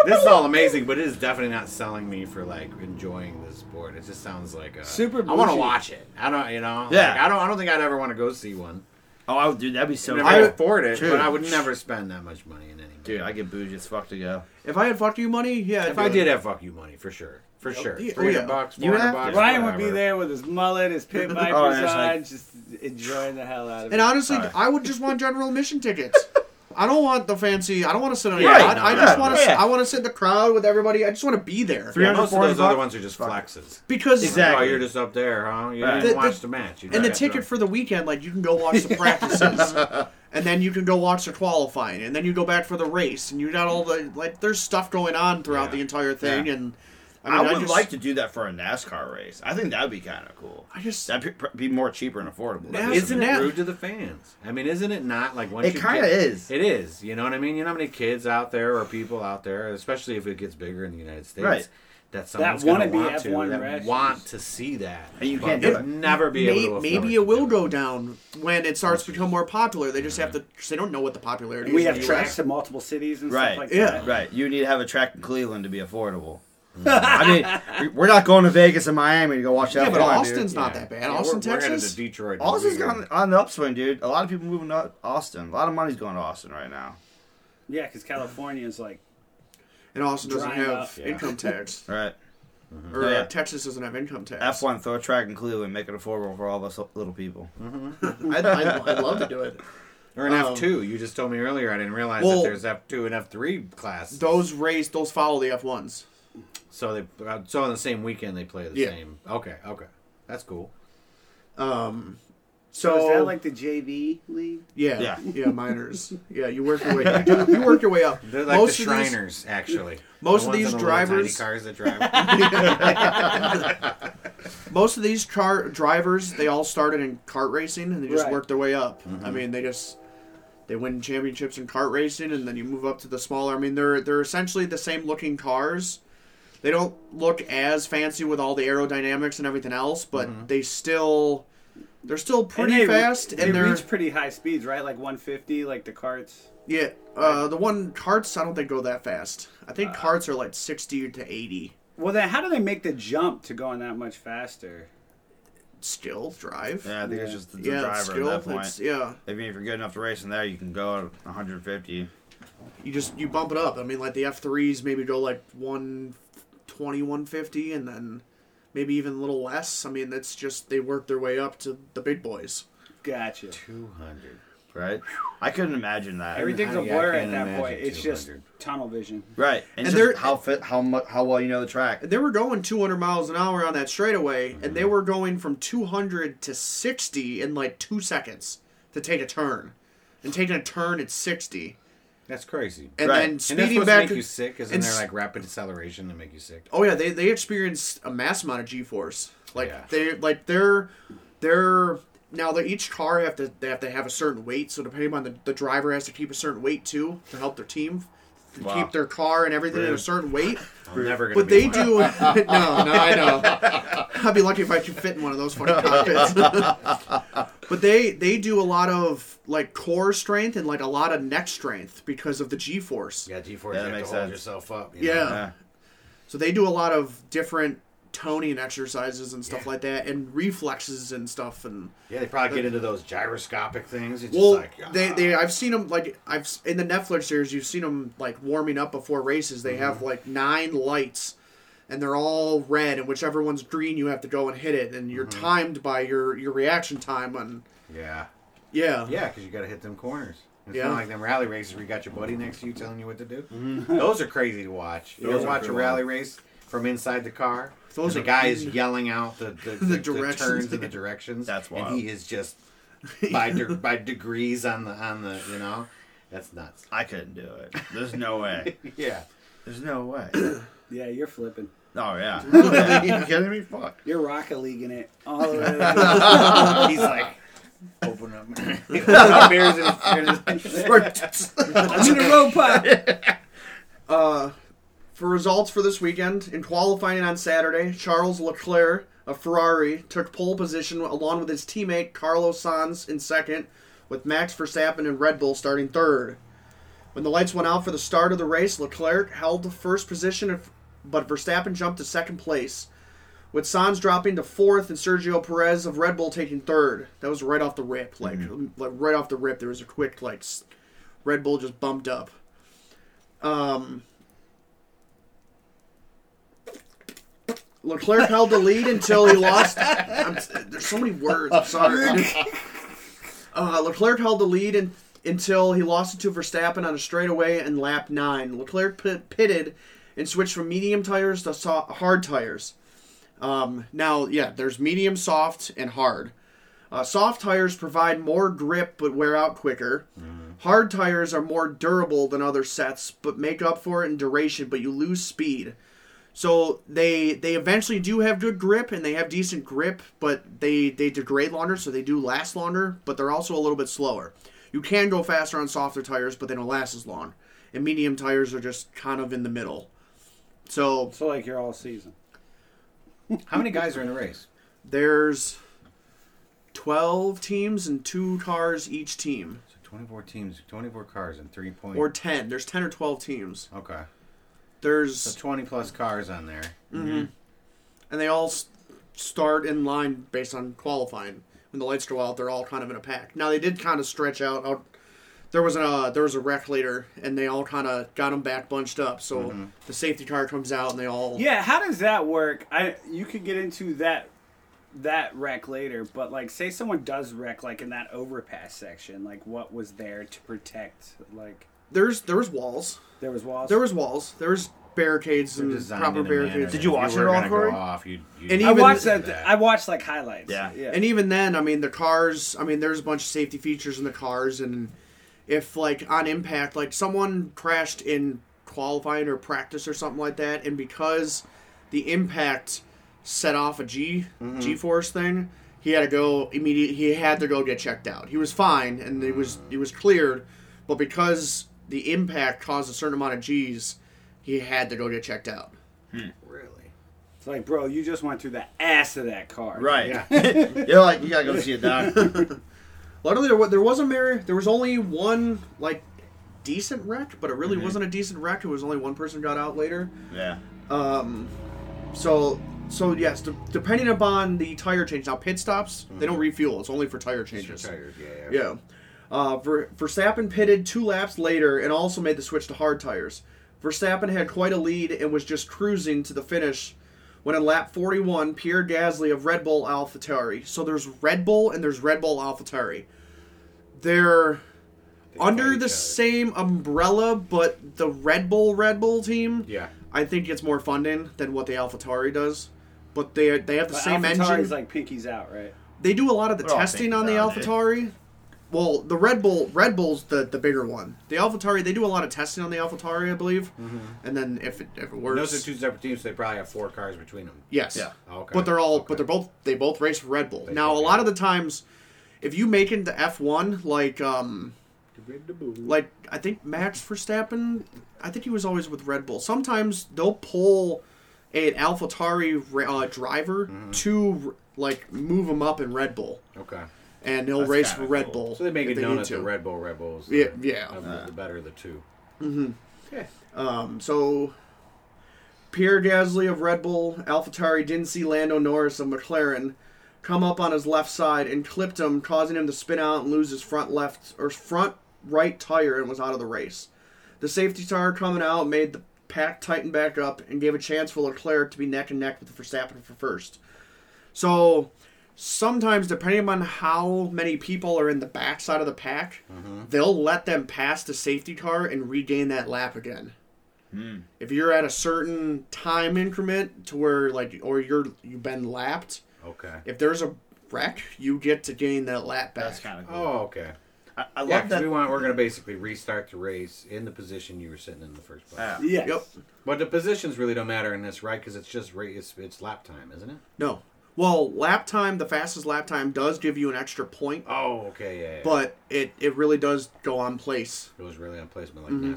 S4: this is all amazing, but it is definitely not selling me for like enjoying this sport. It just sounds like a,
S2: Super
S4: I want to
S2: bougie.
S4: watch it. I don't, you know.
S3: Yeah.
S4: like, I don't. I don't think I'd ever want to go see one.
S3: oh, I would, dude, that'd be so.
S4: I mean,
S3: cool.
S4: I could afford it,
S3: Dude.
S4: but I would never spend that much money in any.
S3: dude, I get bougie as fuck to go.
S1: if I had fuck you money, yeah. I'd
S4: if
S1: do
S4: I
S1: it.
S4: did have fuck you money, for sure, for sure,
S1: yeah.
S4: three hundred
S1: Yeah.
S4: bucks,
S3: You
S4: four hundred
S3: have-
S4: bucks.
S2: Ryan would be
S4: whatever.
S2: there with his mullet, his pit vipers
S3: Oh, and it's
S2: on,
S3: like-
S2: just enjoying the hell out of it.
S1: and honestly,
S3: Sorry.
S1: I would just want general admission tickets. I don't want the fancy. I don't want to sit on.
S3: Yeah,
S1: Yeah, I, I
S3: no,
S1: just
S3: no,
S1: want
S3: no,
S1: to.
S3: yeah.
S1: I want to sit in the crowd with everybody. I just want to be there
S4: Yeah, most of
S5: 340
S4: those other
S5: bucks?
S4: ones are just flexes.
S1: because
S3: Exactly.
S4: Oh, you're just up there, huh? You
S3: Right.
S4: didn't
S1: The-
S4: watch
S1: the-
S4: the match. You
S1: and the
S4: just-
S1: ticket for the weekend, like you can go watch the practices, and then you can go watch the qualifying, and then you go back for the race, and you got all the like. There's stuff going on throughout
S4: Yeah.
S1: the entire thing,
S4: Yeah.
S1: and I
S3: I
S1: mean, I,
S3: would
S1: just,
S3: like to do that for a NASCAR race. I think that'd be kind of cool.
S1: I just
S3: That'd be- be more cheaper and affordable.
S1: Yeah.
S4: Isn't
S1: Yeah.
S4: it rude to the fans? I mean, isn't it not like once
S3: It
S4: you
S3: kind of
S4: get-
S3: is.
S4: It is. You know what I mean? You know how many kids out there or people out there, especially if it gets bigger in the United States,
S3: Right.
S4: that someone's
S2: wanna
S4: going
S2: be
S4: to
S2: F1
S4: want to, that
S2: racers.
S4: want to see that.
S3: And you
S4: But
S3: can't do
S4: they'll
S3: it.
S4: Never be
S1: may-
S4: able to. afford
S1: maybe
S4: to
S1: it will
S4: do
S1: go down when it starts to become more popular. They just have to. 'cause They don't know what the popularity
S2: We
S1: is. in
S2: have
S1: the
S2: tracks
S1: US.
S2: to multiple cities and
S3: Right.
S2: stuff like
S1: Yeah.
S2: that.
S3: Right. You need to have a track in Cleveland to be affordable. I mean, we- we're not going to Vegas and Miami to go watch that.
S1: Yeah, but
S3: one, dude.
S1: Austin's not
S4: Yeah.
S1: that bad.
S4: Yeah, we're-
S1: Austin,
S4: we're headed
S1: Texas.
S4: to Detroit.
S3: Austin's
S4: We're-
S3: on, on the upswing, dude. A lot of people moving to Austin. A lot of money's going to Austin right now.
S2: Yeah, because California is like
S1: and Austin doesn't
S2: Drying
S1: have
S2: up.
S4: Yeah.
S1: income tax,
S3: All right.
S1: or
S3: Yeah.
S1: uh, Texas doesn't have income tax.
S3: F one, throw a track in Cleveland, make it affordable for all of us little people.
S1: I'd, I'd, I'd love to do it.
S4: Or an
S1: Um,
S4: F two. You just told me earlier. I didn't realize
S1: Well-
S4: that there's F two and F three classes.
S1: Those race, those follow the F ones.
S4: So they uh, so on the same weekend they play the
S1: Yeah.
S4: same. Okay, okay, that's cool.
S1: Um,
S2: So
S1: so
S2: is that like the JV league?
S1: yeah,
S3: Yeah.
S1: yeah, minors. Yeah, you work your way. You, do- you work your way up.
S4: They're like the
S1: of these-
S4: Shriners, actually.
S1: most of
S4: The ones
S1: these
S4: in the little tiny
S1: drivers-
S4: cars that drive.
S1: most of these car drivers, they all started in kart racing and they just
S2: Right.
S1: worked their way up. I
S4: Mm-hmm.
S1: mean, they just they win championships in kart racing and then you move up to the smaller. I mean, they're they're essentially the same looking cars. They don't look as fancy with all the aerodynamics and everything else, but
S4: Mm-hmm.
S1: they still they're still pretty
S2: they,
S1: fast
S2: They
S1: and they're
S2: reach pretty high speeds, right? Like 150, like the carts.
S1: yeah. Uh, the one carts, I don't think go that fast. I
S2: Uh.
S1: think carts are like sixty to eighty.
S2: Well, then how do they make the jump to going that much faster?
S1: Skill drive.
S3: Yeah, I think it's just the, the
S1: Yeah,
S3: driver
S1: skill.
S3: at that point.
S1: it's- yeah.
S3: I mean, if you're good enough to race in there, you can go at 150.
S1: you just you bump it up. I mean, like the F threes maybe go like 120, 150, and then maybe even a little less. I mean, that's just they work their way up to the big boys.
S2: Gotcha.
S4: Two hundred.
S3: Right? I couldn't imagine that.
S2: Everything's a
S4: Yeah, I
S2: blur at
S4: can't
S2: that
S4: imagine
S2: point. It's just
S4: 200.
S2: tunnel vision.
S3: right? And,
S1: And
S3: it's just
S1: they're-
S3: how fit, how much, how well you know the track.
S1: And they were going 200 miles an hour on that straightaway, and
S3: Mm-hmm.
S1: they were going from 200 to 60 in like two seconds to take a turn, and taking a turn at 60,
S4: That's crazy.
S1: and
S3: Right.
S1: then
S3: And
S4: And that's
S1: speeding
S4: what's
S1: back.
S4: make you sick. Isn't
S1: and
S4: there
S1: s-
S4: like rapid acceleration to make you sick?
S1: Oh yeah, they they experienced a mass amount of G-force. Like
S4: Yeah.
S1: they like they're they're now they each car have to they have to have a certain weight. So depending on the the driver has to keep a certain weight too to help their team to
S3: Wow.
S1: keep their car and everything at a
S3: Really?
S1: certain weight.
S4: I'm never gonna.
S1: But
S4: be
S1: they
S4: one.
S1: do no no I know. I'd be lucky if I could fit in one of those fucking cockpits. but they they do a lot of like core strength and like a lot of neck strength because of the G-force.
S4: Yeah, G force.
S3: Yeah,
S4: Yeah,
S3: that
S4: you have
S3: makes
S4: to hold
S3: sense.
S4: yourself up. you know?
S1: Yeah.
S3: Yeah.
S1: So they do a lot of different toning exercises and stuff like that, and reflexes and stuff. And
S4: Yeah, they probably get into those gyroscopic things. It's
S1: well,
S4: just like
S1: they,
S4: ah.
S1: they I've seen them like I've s- in the Netflix series you've seen them like warming up before races. They
S4: Mm-hmm.
S1: have like nine lights, and they're all red, and whichever one's green, you have to go and hit it, and
S4: Mm-hmm.
S1: you're timed by your your reaction time. And
S4: Yeah.
S1: yeah,
S4: Yeah, because you got to hit them corners. It's
S1: Yeah.
S4: not like them rally races where you got your buddy next to you telling you what to do. Those are crazy to watch. You ever
S5: are
S4: watch a
S5: pretty
S4: rally race from inside the car?
S1: Those
S4: Those and
S1: are
S4: the guy is
S1: crazy.
S4: yelling out the, the, the,
S1: directions.
S4: turns and the directions.
S3: That's wild.
S4: And he is just by de- by degrees on the on the you know. That's nuts.
S3: I couldn't do it. There's no way.
S4: Yeah.
S3: There's no way.
S2: Yeah, you're flipping.
S3: Oh yeah. Are you kidding me? Fuck.
S2: You're Rocket Leaguing it all the way.
S4: He's like, open up. He's like, mirrors and- mirrors and-
S2: I'm in a robot.
S1: For results for this weekend, in qualifying on Saturday, Charles Leclerc of Ferrari took pole position along with his teammate Carlos Sainz in second, with Max Verstappen and Red Bull starting third. When the lights went out for the start of the race, Leclerc held the first position, but Verstappen jumped to second place, with Sainz dropping to fourth and Sergio Perez of Red Bull taking third. That was right off the rip, like, like right off the rip. There was a quick like, s- Red Bull just bumped up. Leclerc held the lead until he lost. I'm, there's so many words. I'm sorry. Uh, Leclerc held the lead in, until he lost it to Verstappen on a straightaway in lap 9. Leclerc pit- pitted and switched from medium tires to so- hard tires. Um, now, yeah, there's medium, soft, and hard. Uh, soft tires provide more grip but wear out quicker. Hard tires are more durable than other sets but make up for it in duration, but you lose speed. So they they eventually do have good grip and they have decent grip, but they they degrade longer, so they do last longer, but they're also a little bit slower. You can go faster on softer tires, but they don't last as long. And medium tires are just kind of in the middle. So
S2: So like you're all season.
S4: How many guys are in a race?
S1: there's 12 teams and two cars each team
S4: So 24 teams, 24 cars, and three point.
S1: or 10 there's 10 or 12 teams
S4: okay, so
S1: there's
S4: 20 plus cars on there.
S1: and they all s- start in line based on qualifying when the lights go out they're all kind of in a pack now they did kind of stretch out, out there was a there was a wreck later and they all kind of got them back bunched up so
S4: Mm-hmm.
S1: the safety car comes out and they all
S2: Yeah, how does that work? I you could get into that that wreck later, but like say someone does wreck like in that overpass section, like what was there to protect? Like
S1: there's there was walls
S2: there was walls.
S1: there was walls there's barricades
S4: They're
S1: and
S4: designed
S1: proper
S4: in a manner
S1: barricades
S4: that
S3: Did you
S4: if
S3: watch
S4: were
S3: it all,
S4: gonna go
S1: Corey?
S4: Off, you
S1: And
S2: I
S1: even-
S2: watched that, I watched like highlights.
S3: Yeah.
S2: yeah.
S1: And even then, I mean, the cars. I mean, there's a bunch of safety features in the cars, and if like on impact, like someone crashed in qualifying or practice or something like that, and because the impact set off a force thing, he had to go immediate. He had to go get checked out. He was fine, and he was he was cleared, but because the impact caused a certain amount of G's, he had to go get checked out.
S4: Really?
S2: It's like, bro, you just went through the ass of that car.
S3: Right. You're like, you gotta go see a doctor.
S1: Luckily, there was, there was a mirror. There was only one like decent wreck, but it really wasn't a decent wreck. It was only one person got out later.
S3: yeah.
S1: So so yes, de- depending upon the tire change. Now pit stops, they don't refuel. Mm-hmm. It's only for tire changes.
S4: Tires, yeah. yeah.
S1: Yeah. Uh, Ver- Verstappen pitted two laps later and also made the switch to hard tires. Verstappen had quite a lead and was just cruising to the finish when in lap 41, Pierre Gasly of Red Bull AlphaTauri. So there's Red Bull and there's Red Bull AlphaTauri. They're under
S4: each
S1: the
S4: other.
S1: same umbrella, but the Red Bull Red Bull team,
S4: Yeah.
S1: I think gets more funding than what the AlphaTauri does. But they they have the
S2: But
S1: same
S2: Alphatari's
S1: engine
S2: like pinkies out, right?
S1: they do a lot of the
S3: They're all
S1: testing
S3: big
S1: on the
S3: nowadays.
S1: AlphaTauri. Well, the Red Bull, Red Bull's the, the bigger one. The AlphaTauri, they do a lot of testing on the AlphaTauri, I believe. And then if it, if it
S4: And
S1: works,
S4: Mm-hmm. Those are two separate teams. So they probably have four cars between them.
S1: yes,
S3: Yeah.
S4: Okay.
S1: But they're all,
S4: Okay.
S1: but they're both, they both race for Red Bull. now, a
S4: both-
S1: lot of the times, if you make it to F one, like um, like I think Max Verstappen, I think he was always with Red Bull. Sometimes they'll pull an AlphaTauri ra- uh, driver
S4: Mm-hmm.
S1: to like move him up in Red Bull
S4: Okay.
S1: and he'll
S3: That's
S1: race for
S3: kinda
S1: Red
S3: cool.
S1: Bull.
S4: So they make
S1: if
S4: it known
S1: need
S4: as the
S1: to.
S4: Red Bull Red Bulls.
S1: Yeah, yeah.
S3: Uh.
S4: The, the better of the two.
S3: Mm-hmm.
S1: Um, so Pierre Gasly of Red Bull AlphaTauri didn't see Lando Norris of McLaren come up on his left side and clipped him, causing him to spin out and lose his front left or front right tire and was out of the race. The safety car coming out made the pack tighten back up and gave a chance for Leclerc to be neck and neck with Verstappen for first. So sometimes, depending upon how many people are in the backside of the pack, they'll let them pass the safety car and regain that lap again. If you're at a certain time increment to where like, or you're you've been lapped,
S4: Okay.
S1: if there's a wreck, you get to gain that lap back.
S3: That's kind of cool.
S4: Oh, okay.
S3: I, I
S4: Yeah,
S3: love
S4: 'cause
S3: that.
S4: we want we're gonna basically restart the race in the position you were sitting in, in the first place.
S3: Yeah.
S2: Yeah.
S1: Yep.
S4: But the positions really don't matter in this, right? Because it's just ra- it's it's lap time, isn't it?
S1: No. Well, lap time, the fastest lap time does give you an extra point,
S4: Oh, okay, yeah. yeah.
S1: but it it really does go on place.
S4: it was really on placement like
S3: Mm-hmm.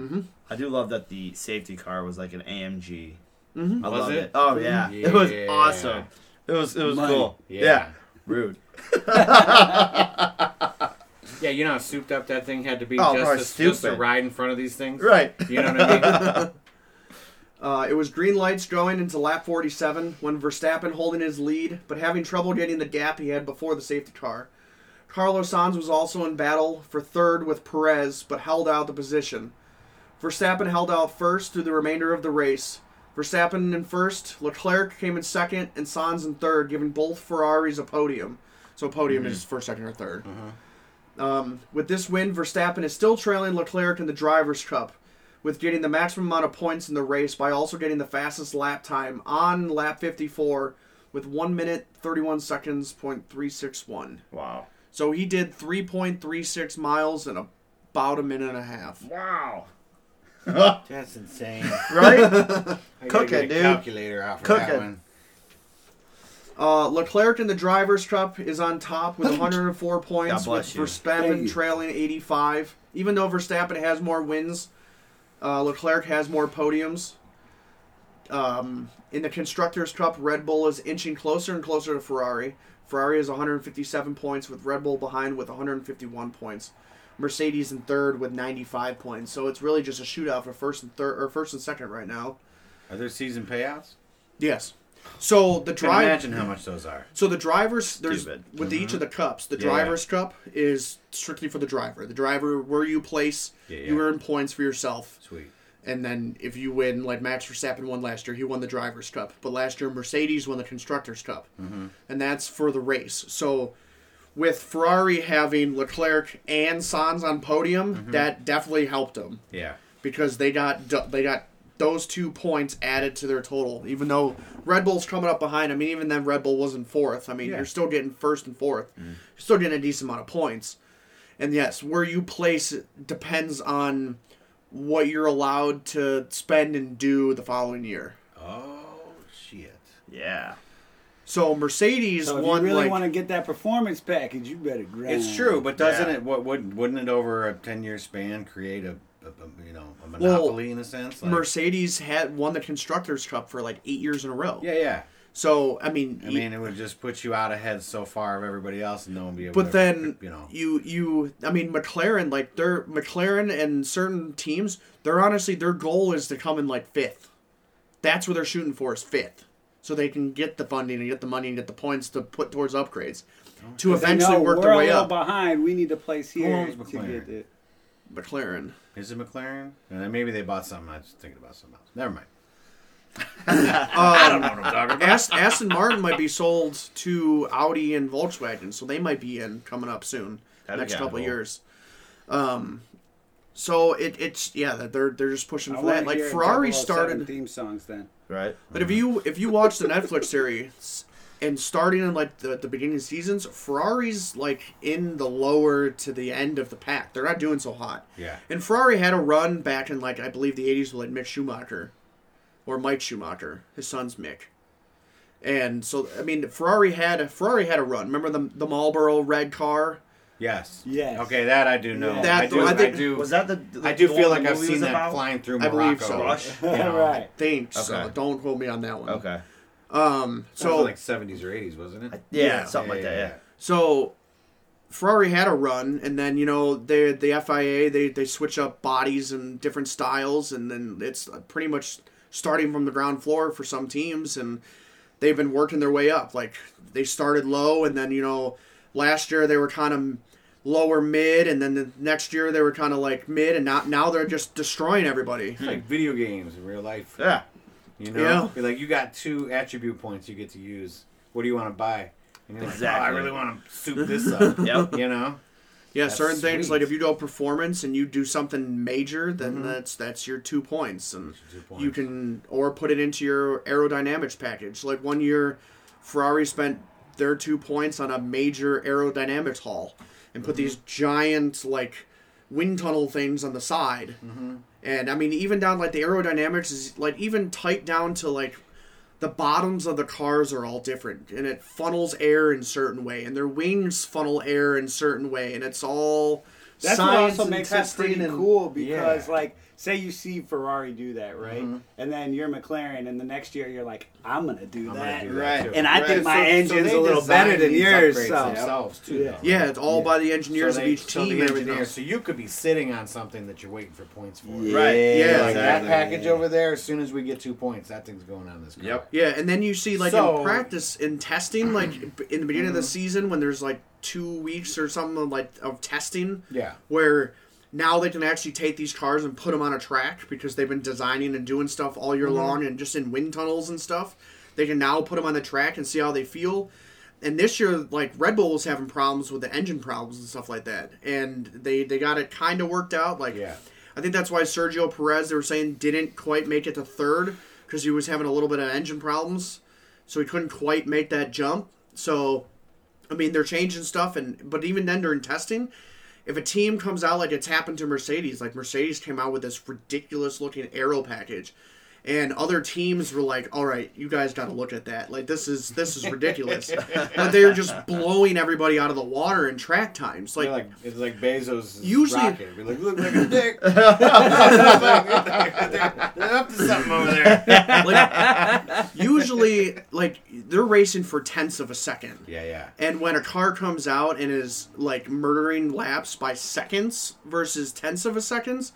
S4: NASCAR. Okay.
S3: I do love that the safety car was like an AMG. I
S4: Was
S3: love
S4: it?
S3: it? Oh yeah. it was
S4: Yeah.
S3: awesome. It was it was
S2: Money.
S3: cool.
S4: Yeah.
S3: Yeah. rude.
S4: Yeah, you know how souped up that thing had to be
S3: Oh, probably
S4: just, to, just to
S3: stupid.
S4: ride in front of these things.
S3: Right.
S4: You know what I mean?
S1: Uh, it was green lights going into lap 47 when Verstappen holding his lead, but having trouble getting the gap he had before the safety car. Carlos Sainz was also in battle for third with Perez, but held out the position. Verstappen held out first through the remainder of the race. Verstappen in first, Leclerc came in second, and Sainz in third, giving both Ferraris a podium. So podium is first, second, or 3rd Um, with this win, Verstappen is still trailing Leclerc in the Drivers' Cup, with getting the maximum amount of points in the race by also getting the fastest lap time on lap 54 with 1 minute 31 seconds, point three six one.
S3: Wow.
S1: So he did 3.36 miles in about a minute and a half.
S3: Wow.
S4: That's insane.
S3: Right?
S4: I gotta
S3: Cook
S4: get
S3: it,
S4: a
S3: dude.
S4: Calculator out for
S3: Cook
S4: that
S3: it.
S4: one.
S1: Uh, Leclerc in the Drivers' Cup is on top with 104 points, with
S3: bless you.
S1: Verstappen trailing 85. Even though Verstappen has more wins, uh, Leclerc has more podiums. Um, in the Constructors' Cup, Red Bull is inching closer and closer to Ferrari. Ferrari is 157 points, with Red Bull behind with 151 points. Mercedes in third with 95 points. So it's really just a shootout for first and third or first and second right now.
S4: Are there season payouts?
S1: Yes. So the
S4: Can not
S1: drive.
S4: imagine how much those are.
S1: So the drivers, there's
S3: Stupid.
S1: with each of the cups. The
S4: Mm-hmm. Yeah.
S1: drivers' cup is strictly for the driver. The driver, where you place,
S4: Yeah,
S1: you
S4: yeah.
S1: earn points for yourself.
S4: Sweet.
S1: And then if you win, like Max Verstappen won last year, he won the drivers' cup. But last year, Mercedes won the constructors' cup,
S4: Mm-hmm.
S1: and that's for the race. So with Ferrari having Leclerc and Sanz on podium,
S4: Mm-hmm.
S1: that definitely helped them
S4: Yeah.
S1: because they got they got those two points added to their total. Even though Red Bull's coming up behind, I mean, even then Red Bull wasn't fourth. I mean,
S4: Yeah.
S1: you're still getting first and 4th
S4: Mm.
S1: you You're still getting a decent amount of points. And yes, where you place depends on what you're allowed to spend and do the following year.
S4: Oh shit.
S3: yeah.
S1: So Mercedes
S2: So if you
S1: won
S2: really
S1: like
S2: want to get that performance package, you better grind.
S4: It's true, but doesn't
S3: Yeah.
S4: it? What would wouldn't it over a ten year span create a, a, a, you know a monopoly in a sense? Like,
S1: Mercedes had won the constructors cup for like 8 years in a row.
S4: Yeah, yeah.
S1: So, I mean,
S4: I mean, it would just put you out ahead so far of everybody else, and no one be able.
S1: But
S4: to,
S1: then
S4: you know,
S1: you you I mean McLaren like they're McLaren and certain teams they're honestly their goal is to come in like fifth. That's what they're shooting for is fifth, so they can get the funding and get the money and get the points to put towards upgrades to
S2: They know
S1: eventually work
S2: we're
S1: their
S2: a
S1: way
S2: little
S1: up.
S2: behind. We need to place here
S4: owns
S2: to
S4: McLaren?
S2: get it.
S1: McLaren.
S4: is it McLaren? And then maybe they bought something. I was thinking about something else. Never mind. I don't know what I'm talking about.
S1: Ast- Aston Martin might be sold to Audi and Volkswagen, so they might be in coming up soon,
S3: That'd be
S1: next
S3: kinda
S1: couple
S3: cool.
S1: years. Um, so it, it's yeah they're they're just pushing
S2: I
S1: for
S2: wanna
S1: that. Like
S2: hear
S1: Ferrari
S2: 007
S1: started.
S2: theme songs. Then
S3: Right?
S1: But if you if you watch the Netflix series and starting in like the, the beginning seasons, Ferrari's like in the lower to the end of the pack. They're not doing so hot.
S4: Yeah.
S1: And Ferrari had a run back in like I believe the eighties with like Mick Schumacher. Or Mike Schumacher. His son's Mick. And so I mean Ferrari had Ferrari had a run. Remember the the Marlboro red car?
S4: Yes.
S2: Yes.
S4: Okay, that I do know.
S1: That-
S4: I do.
S1: I
S4: I,
S1: think-
S4: do.
S3: Was that the.
S4: I do
S3: the
S4: feel
S3: one
S4: like
S3: the
S4: I've
S3: movie was
S4: seen that
S3: about?
S4: flying through
S1: I
S4: Morocco.
S1: believe so.
S3: Rush?
S4: You know,
S2: right.
S1: Think so.
S3: Okay.
S1: Don't quote me on that one.
S3: Okay.
S1: Um
S4: So
S1: so
S4: like seventies or eighties, wasn't it?
S3: Yeah,
S1: Yeah.
S3: something like
S4: Yeah,
S3: that,
S4: yeah,
S3: yeah.
S4: yeah.
S1: So Ferrari had a run, and then you know they the FIA they they switch up bodies and different styles, and then it's pretty much starting from the ground floor for some teams, and they've been working their way up. Like they started low, and then you know last year they were kind of lower mid, and then the next year they were kind of like mid, and not now they're just destroying everybody.
S4: It's like video games in real life.
S3: Yeah.
S4: You know,
S1: Yeah.
S4: Be like you got two attribute points you get to use. What do you want to buy? And you're Like, oh, I
S3: Exactly.
S4: really want to soup this up.
S3: Yep.
S4: You know.
S1: Yeah,
S4: That's
S1: certain things
S4: sweet.
S1: like if you go performance and you do something major, then that's that's your two points, and
S4: your two
S1: you
S4: points.
S1: can or put it into your aerodynamics package. Like one year, Ferrari spent their two points on a major aerodynamics haul and
S4: Mm-hmm.
S1: put these giant like wind tunnel things on the side, and I mean even down like the aerodynamics is like even tight down to like the bottoms of the cars are all different and it funnels air in certain way and their wings funnel air in certain way and it's all
S2: That's
S1: science
S2: what also
S1: and
S2: makes it
S1: testing
S2: pretty
S1: and-
S2: cool because,
S4: Yeah.
S2: like, say you see Ferrari do that, right?
S1: Mm-hmm.
S2: And then you're McLaren, and the next year you're like, I'm gonna do
S4: I'm gonna
S2: that,
S4: do that, Right. too.
S2: and I think my engine's a little better than yours. So
S4: themselves too.
S2: Yeah.
S4: though.
S1: yeah it's all by the engineers
S4: So
S1: of
S4: they-
S1: each
S4: so the
S1: team and everything
S4: engineers-
S1: else.
S4: So you could be sitting on something that you're waiting for points for.
S2: Yeah,
S3: Right.
S1: Yeah,
S4: Like that
S3: exactly.
S4: package over there. As soon as we get two points, that thing's going on this. Car.
S3: Yep.
S1: yeah and then you see like in
S4: So- Mm-hmm.
S1: practice in testing like in the beginning of the season when there's like two weeks or something of, like of testing
S4: Yeah.
S1: where now they can actually take these cars and put them on a track because they've been designing and doing stuff all year long and just in wind tunnels and stuff. They can now put them on the track and see how they feel. and this year, like Red Bull was having problems with the engine problems and stuff like that, and they they got it kind of worked out. Like,
S4: Yeah.
S1: I think that's why Sergio Perez they were saying didn't quite make it to third because he was having a little bit of engine problems, so he couldn't quite make that jump. So, I mean, they're changing stuff, and but even then during testing, if a team comes out like it's happened to Mercedes, like Mercedes came out with this ridiculous looking aero package, and other teams were like, "All right, you guys got to look at that. Like this is this is ridiculous." but they're just blowing everybody out of the water in track times. Like,
S4: They're like it's like Bezos.
S1: Usually-
S4: rocket. We're like, look like a dick. They're up to something over there.
S1: like, usually, like they're racing for tenths of a second.
S4: Yeah, yeah.
S1: And when a car comes out and is like murdering laps by seconds versus tenths of a seconds,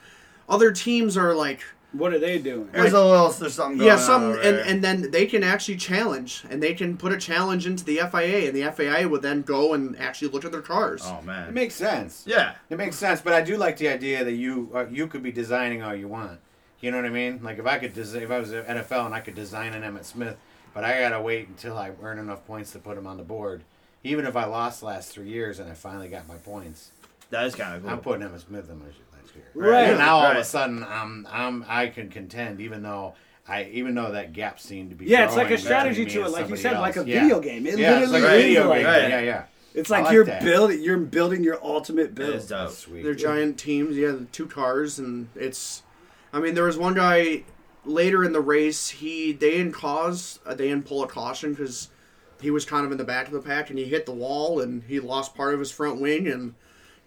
S1: other teams are like
S2: What are they doing?
S3: There's a little, there's something going
S1: yeah,
S3: on
S1: some
S3: over
S1: and,
S3: there.
S1: and then they can actually challenge and they can put a challenge into the FIA and the FIA would then go and actually look at their cars.
S3: oh
S4: It
S3: man,
S4: makes sense.
S3: yeah,
S4: It makes sense, but I do like the idea that you uh, you could be designing all you want. You know what I mean? Like if I could desi if I was at NFL and I could design an Emmett Smith, but I gotta wait until I earn enough points to put him on the board. Even if I lost the last three years and I finally got my points,
S3: that is kind of cool.
S4: I'm putting Emmett Smith on my shit last year.
S2: Right.
S4: And now all of a
S3: Right.
S4: sudden I'm I'm I can contend even though I even though that gap seemed to be
S2: Yeah, it's like a
S4: growing
S2: strategy
S4: between
S2: to
S4: me
S2: it,
S4: and
S2: like you
S4: somebody
S2: said, like a
S4: else. Yeah.
S2: video game. It
S4: Yeah, it's
S2: literally
S4: like a
S2: is
S4: video
S2: like
S4: game.
S2: that.
S3: Right.
S4: Yeah, yeah.
S2: It's
S4: I
S2: like,
S4: like
S2: you're
S4: that.
S2: building, you're building your ultimate
S3: That is
S2: build.
S3: dope.
S4: That's sweet.
S1: They're giant teams, yeah, the two cars and it's I mean there was one guy later in the race, he they didn't cause uh, they didn't pull a caution cuz he was kind of in the back of the pack and he hit the wall and he lost part of his front wing and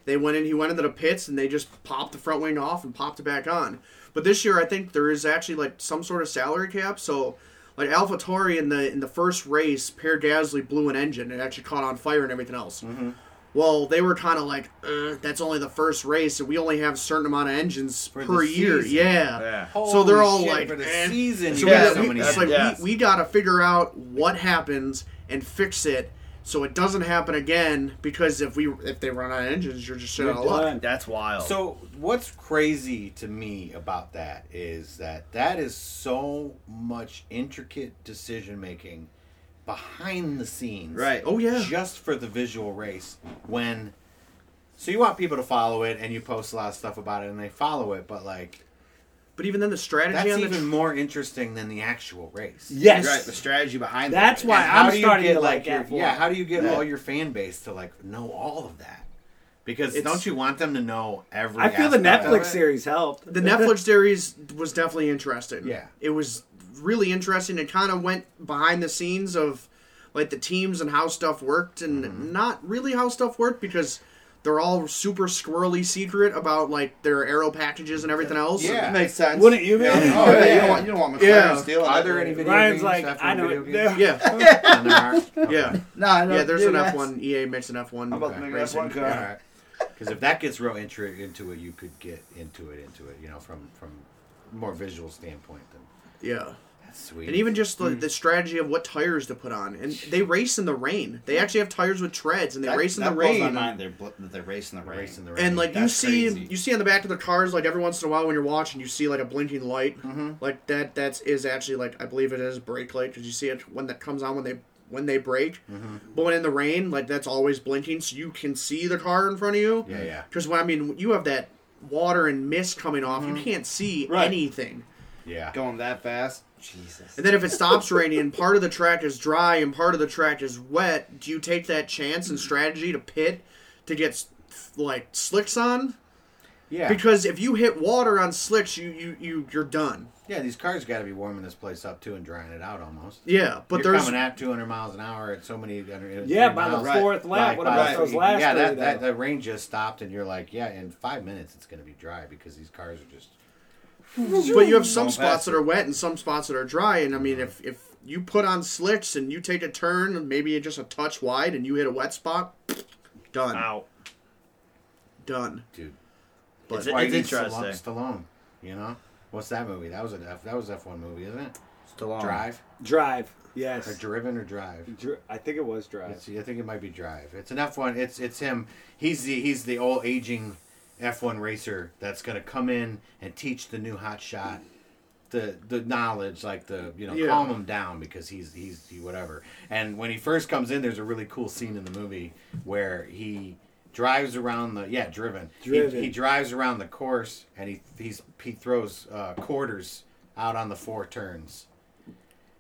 S1: they went in he went into the pits and they just popped the front wing off and popped it back on but this year i think there is actually like some sort of salary cap so like alpha in the in the first race pierre gasly blew an engine and actually caught on fire and everything else
S4: Mm-hmm.
S1: well they were kind of like uh, that's only the first race and we only have a certain amount of engines
S4: the
S1: per year
S4: season.
S1: yeah.
S3: Yeah.
S1: so they're
S4: Holy
S1: all
S4: shit,
S1: like
S4: for the
S1: eh.
S4: season.
S1: So
S4: you got
S3: yeah,
S1: we,
S4: so
S1: we-
S4: many
S1: it's like,
S3: Yes.
S1: we, we got to figure out what happens and fix it so it doesn't happen again. Because if we if they run out of engines, you're just shit out of luck.
S2: done.
S3: That's wild.
S4: So what's crazy to me about that is that that is so much intricate decision making behind the scenes.
S3: right.
S1: Oh yeah,
S4: Just for the visual race when so you want people to follow it and you post a lot of stuff about it and they follow it, but like
S1: but even then the strategy
S4: that's
S1: on the
S4: even
S1: tr-
S4: more interesting than the actual race.
S2: Yes.
S3: Right. The strategy behind that.
S2: That's why
S4: And how
S2: I'm
S4: do you
S2: starting
S4: get,
S2: to like
S4: like your,
S2: that.
S4: yeah how do you get
S3: Yeah.
S4: all your fan base to like know all of that because
S1: It's-
S4: don't you want them to know every
S2: I feel the
S4: aspect of
S2: Netflix
S4: it?
S2: series helped.
S1: the Netflix series was definitely interesting.
S4: Yeah.
S1: it was really interesting. It kind of went behind the scenes of like the teams and how stuff worked, and
S4: Mm-hmm.
S1: not really how stuff worked because they're all super squirrely secret about like their arrow packages and everything else.
S4: Yeah.
S3: makes sense.
S2: Wouldn't you, man?
S3: Oh, yeah. You don't want, you don't want McLaren
S1: Yeah.
S3: stealing.
S4: are
S3: it.
S4: there any video
S2: Ryan's
S4: games
S2: like,
S4: F1
S2: I know
S4: video
S2: it.
S4: games?
S1: yeah,
S4: And there are?
S1: yeah.
S3: Nah, no,
S1: Yeah, there's
S3: dude,
S1: an
S3: that's-
S1: F1. EA makes an F1.
S3: I'm about to
S1: uh,
S3: make an
S1: racing.
S3: F1 car.
S4: all right because if that gets real intri- into it you could get into it into it you know from from more visual standpoint than
S1: Yeah.
S4: that's sweet
S1: And even just the, the strategy of what tires to put on. And they race in the rain. They actually have tires with treads and they
S3: That,
S1: race in
S3: that
S1: the
S3: blows
S1: rain.
S3: my mind. They're bl- that they're racing the rain.
S4: race in the rain
S1: And like you
S3: That's
S1: see
S3: crazy.
S1: you see on the back of the cars like every once in a while when you're watching you see like a blinking light.
S3: Mm-hmm.
S1: Like that that's is actually like I believe it is brake light cuz you see it when that comes on when they when they brake. But when in the rain like that's always blinking so you can see the car in front of you.
S4: yeah yeah
S1: Cuz when I mean you have that water and mist coming off,
S3: Mm-hmm.
S1: you can't see
S2: Right.
S1: anything.
S4: yeah
S3: Going that fast. Jesus.
S1: And then if it stops raining and part of the track is dry and part of the track is wet, do you take that chance and strategy to pit to get like slicks on?
S4: yeah
S1: Because if you hit water on slicks, you you you you're done.
S4: yeah these cars got to be warming this place up too and drying it out almost
S1: Yeah, but
S4: You're
S1: there's
S4: coming at 200 miles an hour at so many.
S2: Yeah, by the fourth lap. What
S4: by
S2: about
S4: the-
S2: those last
S4: Yeah, that,
S2: three,
S4: that
S2: though?
S4: the rain just stopped, and you're like, yeah, in five minutes it's going to be dry because these cars are just.
S1: but you have some
S3: Going
S1: spots
S3: past
S1: that are wet and some spots that are dry. And I mean, if if you put on slicks and you take a turn, and maybe just a touch wide, and you hit a wet spot, done,
S3: Ow.
S1: done.
S4: Dude,
S1: But
S3: It's,
S4: why
S3: it's
S4: you need Stallone-
S3: interesting.
S4: Stallone, you know, what's that movie? That was an F. That was F one movie, isn't it?
S2: Oh.
S3: Stallone.
S4: Drive
S2: Drive.
S4: or
S2: Yes.
S4: Driven or Drive.
S2: Dri- I think it was Drive.
S4: It's, I think it might be Drive. It's an F one. It's it's him. He's the he's the old aging F one racer that's going to come in and teach the new hot shot the the knowledge, like the you know,
S1: Yeah.
S4: calm him down because he's he's he whatever. And when he first comes in, there's a really cool scene in the movie where he drives around the yeah driven. He-
S6: Driven.
S4: He, drives around the course and he he's he throws uh, quarters out on the four turns,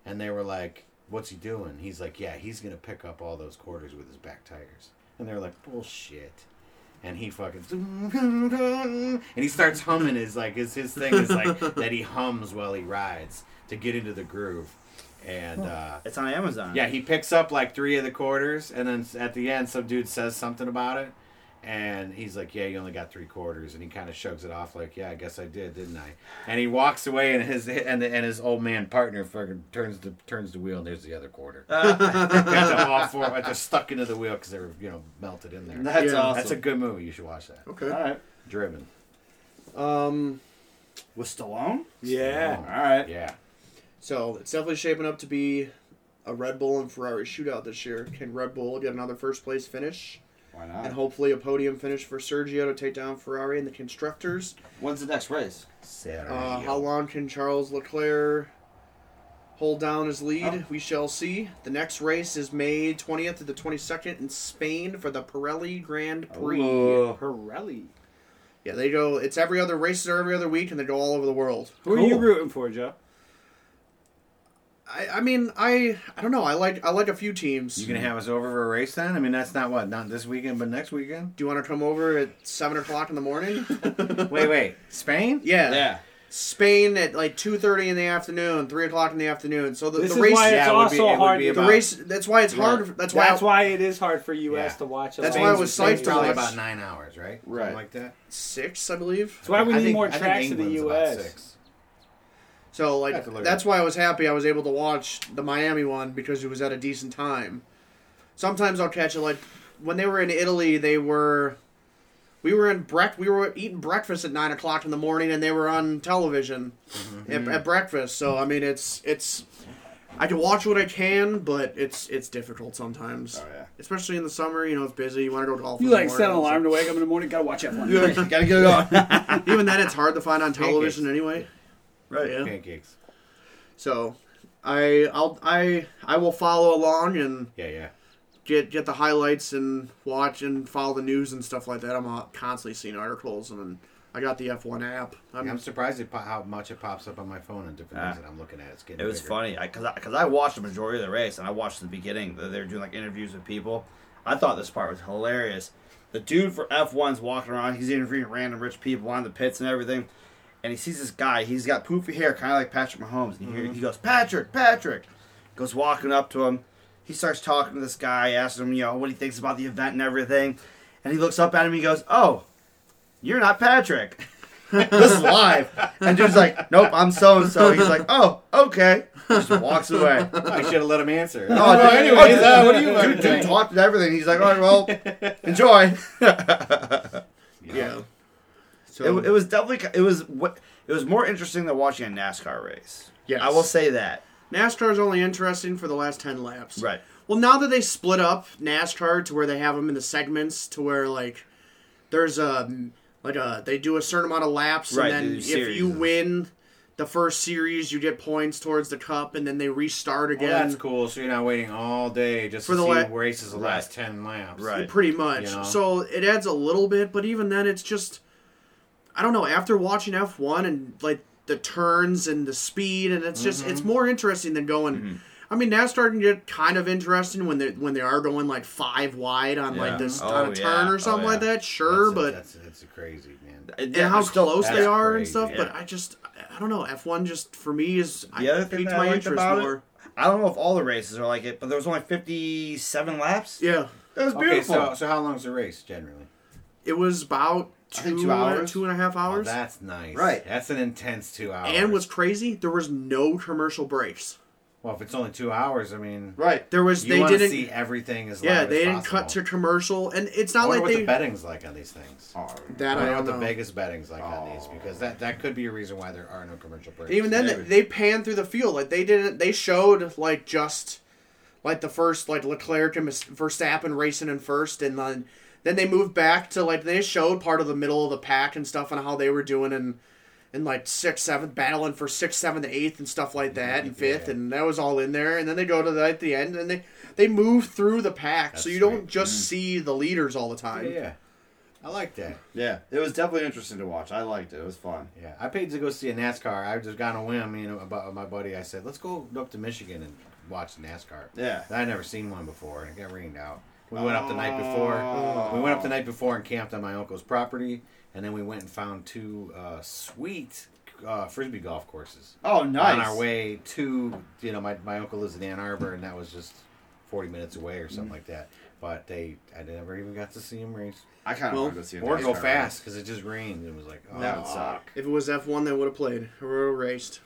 S4: and they were like, "What's he doing?" He's like, "Yeah, he's gonna pick up all those quarters with his back tires." And they're like, "Bullshit." and he fucking and he starts humming his like his his thing is like that he hums while he rides to get into the groove and uh
S3: It's on Amazon.
S4: yeah he picks up like three of the quarters and then at the end some dude says something about it and he's like yeah you only got three quarters and he kind of shoves it off like yeah i guess i did didn't i and he walks away and his and, and his old man partner fucking turns the turns the wheel and there's the other quarter got them all four but they're stuck into the wheel because they were you know melted in there
S3: That's
S1: Yeah.
S3: awesome.
S4: that's a good movie you should watch that
S1: Okay.
S3: right.
S4: Driven.
S1: Um,
S3: With Stallone?
S6: Yeah.
S3: All right.
S4: Yeah.
S1: so it's definitely shaping up to be a Red Bull and Ferrari shootout this year. Can Red Bull get another first place finish?
S3: Why
S1: And
S3: not?
S1: hopefully a podium finish for Sergio to take down Ferrari and the constructors.
S3: When's the next race?
S4: Saturday.
S1: Uh, how long can Charles Leclerc hold down his lead?
S4: Oh.
S1: We shall see. The next race is May 20th to the 22nd in Spain for the Pirelli Grand Prix.
S4: Oh.
S3: Ooh.
S2: Pirelli.
S1: Yeah, they go. It's every other races are every other week, and they go all over the world.
S2: Who are you rooting for, Joe?
S1: I, I mean, I I don't know. I like I like a few teams.
S4: You gonna have us over for a race then? I mean, that's not what, not this weekend, but next weekend.
S1: Do you want to come over at seven o'clock in the morning?
S4: Wait, wait, Spain?
S1: yeah.
S3: Yeah.
S1: Spain at like two thirty in the afternoon, three o'clock in the afternoon. So the,
S2: This
S1: the
S2: is
S1: race,
S2: why it's
S4: Yeah, it would be-
S2: also
S4: it would
S2: hard.
S4: be
S2: to-
S1: the
S4: about-
S1: race. That's why it's hard.
S4: Yeah.
S1: That's why
S2: That's
S1: I-
S2: why it is hard for U.S.
S4: Yeah.
S2: to watch. a
S1: That's
S2: lot
S1: why I
S2: of
S1: was
S2: these
S1: psyched
S2: games.
S1: to
S4: Probably
S1: watch.
S4: about nine hours, right?
S3: Right.
S4: Something like that.
S1: six, I believe.
S2: That's why we
S4: I
S2: need
S4: think-
S2: more
S4: I think
S2: tracks in the
S4: England's about
S2: U.S.
S4: six.
S1: So
S4: I have to
S1: like
S4: look it
S1: that's
S4: up.
S1: why I was happy I was able to watch the Miami one because it was at a decent time. Sometimes I'll catch it like when they were in Italy they were we were in break we were eating breakfast at nine o'clock in the morning and they were on television at, at breakfast. So I mean it's it's I can watch what I can, but it's it's difficult sometimes.
S3: Oh, yeah.
S1: Especially in the summer, you know, it's busy. You want to go golf.
S2: You
S1: in the
S2: like set an
S1: morning.
S2: alarm to wake up in the morning. Gotta watch F1.
S3: Gotta get it on.
S1: Even then, it's hard to find on television anyway.
S3: Right.
S1: Yeah.
S4: Pancakes.
S1: So, I I'll I I will follow along and
S4: Yeah, yeah.
S1: get get the highlights and watch and follow the news and stuff like that. I'm uh, constantly seeing articles and I got the F1 app. I'm,
S4: Yeah, I'm surprised at po- how much it pops up on my phone and different things that I'm looking at. It's
S3: Ah. It
S4: getting.
S3: was
S4: bigger.
S3: funny because I, 'cause I watched the majority of the race and I watched the beginning. They were doing like interviews with people. I thought this part was hilarious. The dude for F1's walking around. He's interviewing random rich people on the pits and everything. And he sees this guy. He's got poofy hair, kind of like Patrick Mahomes. And he, hear- he goes, Patrick, Patrick. Goes walking up to him. He starts talking to this guy, asking him, you know, what he thinks about the event and everything. And he looks up at him and he goes, Oh, you're not Patrick. this is live. And dude's like, nope, I'm so and so. He's like, oh, okay. Just walks away. Oh,
S4: I should have let him answer.
S3: dude- Oh,
S4: anyways, uh, what do you
S3: dude, dude talked and everything. He's like, all right, well, enjoy.
S1: yeah.
S3: It,
S1: So
S3: it was definitely it was what it was more interesting than watching a NASCAR race.
S1: Yes.
S3: I will say that.
S1: NASCAR's only interesting for the last ten laps.
S3: Right.
S1: Well, now that they split up NASCAR to where they have them in the segments to where like there's a like a they do a certain amount of laps
S3: Right,
S1: and
S3: they
S1: then
S3: do
S1: if
S3: series.
S1: you win the first series you get points towards the cup and then they
S3: Oh,
S1: restart
S4: Well,
S1: again.
S4: that's cool. So you're not waiting all day just
S1: For
S4: to
S1: the
S4: see
S1: la-
S4: who races the
S3: Right.
S4: last ten laps.
S3: Right.
S1: pretty much.
S4: You know?
S1: So it adds a little bit, but even then, it's just I don't know. After watching F one and like the turns and the speed, and it's just
S3: Mm-hmm.
S1: it's more interesting than going. I mean, NASCAR can get kind of interesting when they when they are going like five wide on
S3: Yeah.
S1: like this
S3: Oh,
S1: on a
S3: yeah.
S1: turn
S3: Oh,
S1: or something like
S3: yeah.
S1: that. Sure,
S4: That's-
S1: but
S4: that's that's crazy, man.
S1: and how close they
S4: that's
S1: are and
S4: crazy.
S1: stuff. But
S3: Yeah.
S1: I just I don't know. F one just for me is
S3: The other
S1: I
S3: thing
S1: piqued
S3: that I
S1: my
S3: liked
S1: interest
S3: about
S1: more.
S3: it, I don't know if all the races are like it, but there was only fifty-seven laps.
S1: Yeah,
S3: That was
S4: Okay,
S3: beautiful.
S4: so so how long's the race generally?
S1: it was about
S3: think
S1: two
S3: two hours.
S1: two and a half
S4: Oh,
S1: hours.
S4: that's nice.
S3: Right.
S4: That's an intense two hours.
S1: and what's crazy, there was no commercial breaks.
S4: well, if it's only two hours, I mean,
S3: right.
S1: There was
S4: you
S1: they
S4: want to
S1: didn't
S4: see everything as
S1: yeah
S4: loud
S1: they
S4: as
S1: didn't
S4: possible.
S1: cut to commercial and it's
S4: I
S1: not
S4: wonder
S1: like
S4: what
S1: they
S4: the betting's like on these things.
S1: that
S4: I
S1: I
S4: wonder
S1: don't
S4: what
S1: know.
S4: the Vegas betting's like on these because that that could be a reason why there are no commercial breaks.
S1: Even then they, they pan through the field like they didn't they showed like just like the first like Leclerc and Mis- Verstappen racing in first and then then they moved back to like they showed part of the middle of the pack and stuff and how they were doing and and like sixth, seventh, battling for sixth, seventh, and eighth, and stuff like that, and fifth, and that was all in there. And then they go to the, at the end, and they they move through the pack, so you don't
S4: right. Mm.
S1: just see the leaders all the time.
S4: Yeah, yeah. I like that.
S3: Yeah, it was definitely interesting to watch. I liked it. It was fun.
S4: Yeah, I paid to go see a NASCAR. I just got on a whim, you know, about my buddy. I said, let's go up to Michigan and watch NASCAR.
S3: Yeah.
S4: And I never seen one before, and it got rained out. We went up the night before. We went up the night before and camped on my uncle's property, and then we went and found two uh, sweet uh, frisbee golf courses.
S3: Oh, nice.
S4: On our way to, you know, my, my uncle lives in Ann Arbor, and that was just 40 minutes away or something like that. But they, I never even got to see him race
S3: I kind of
S1: Well,
S3: want to go see a
S4: or
S3: NASCAR
S4: go
S3: race.
S4: fast because it just rained. It was like, oh,
S3: That would suck.
S1: If it was F one, they would have played or would have raced.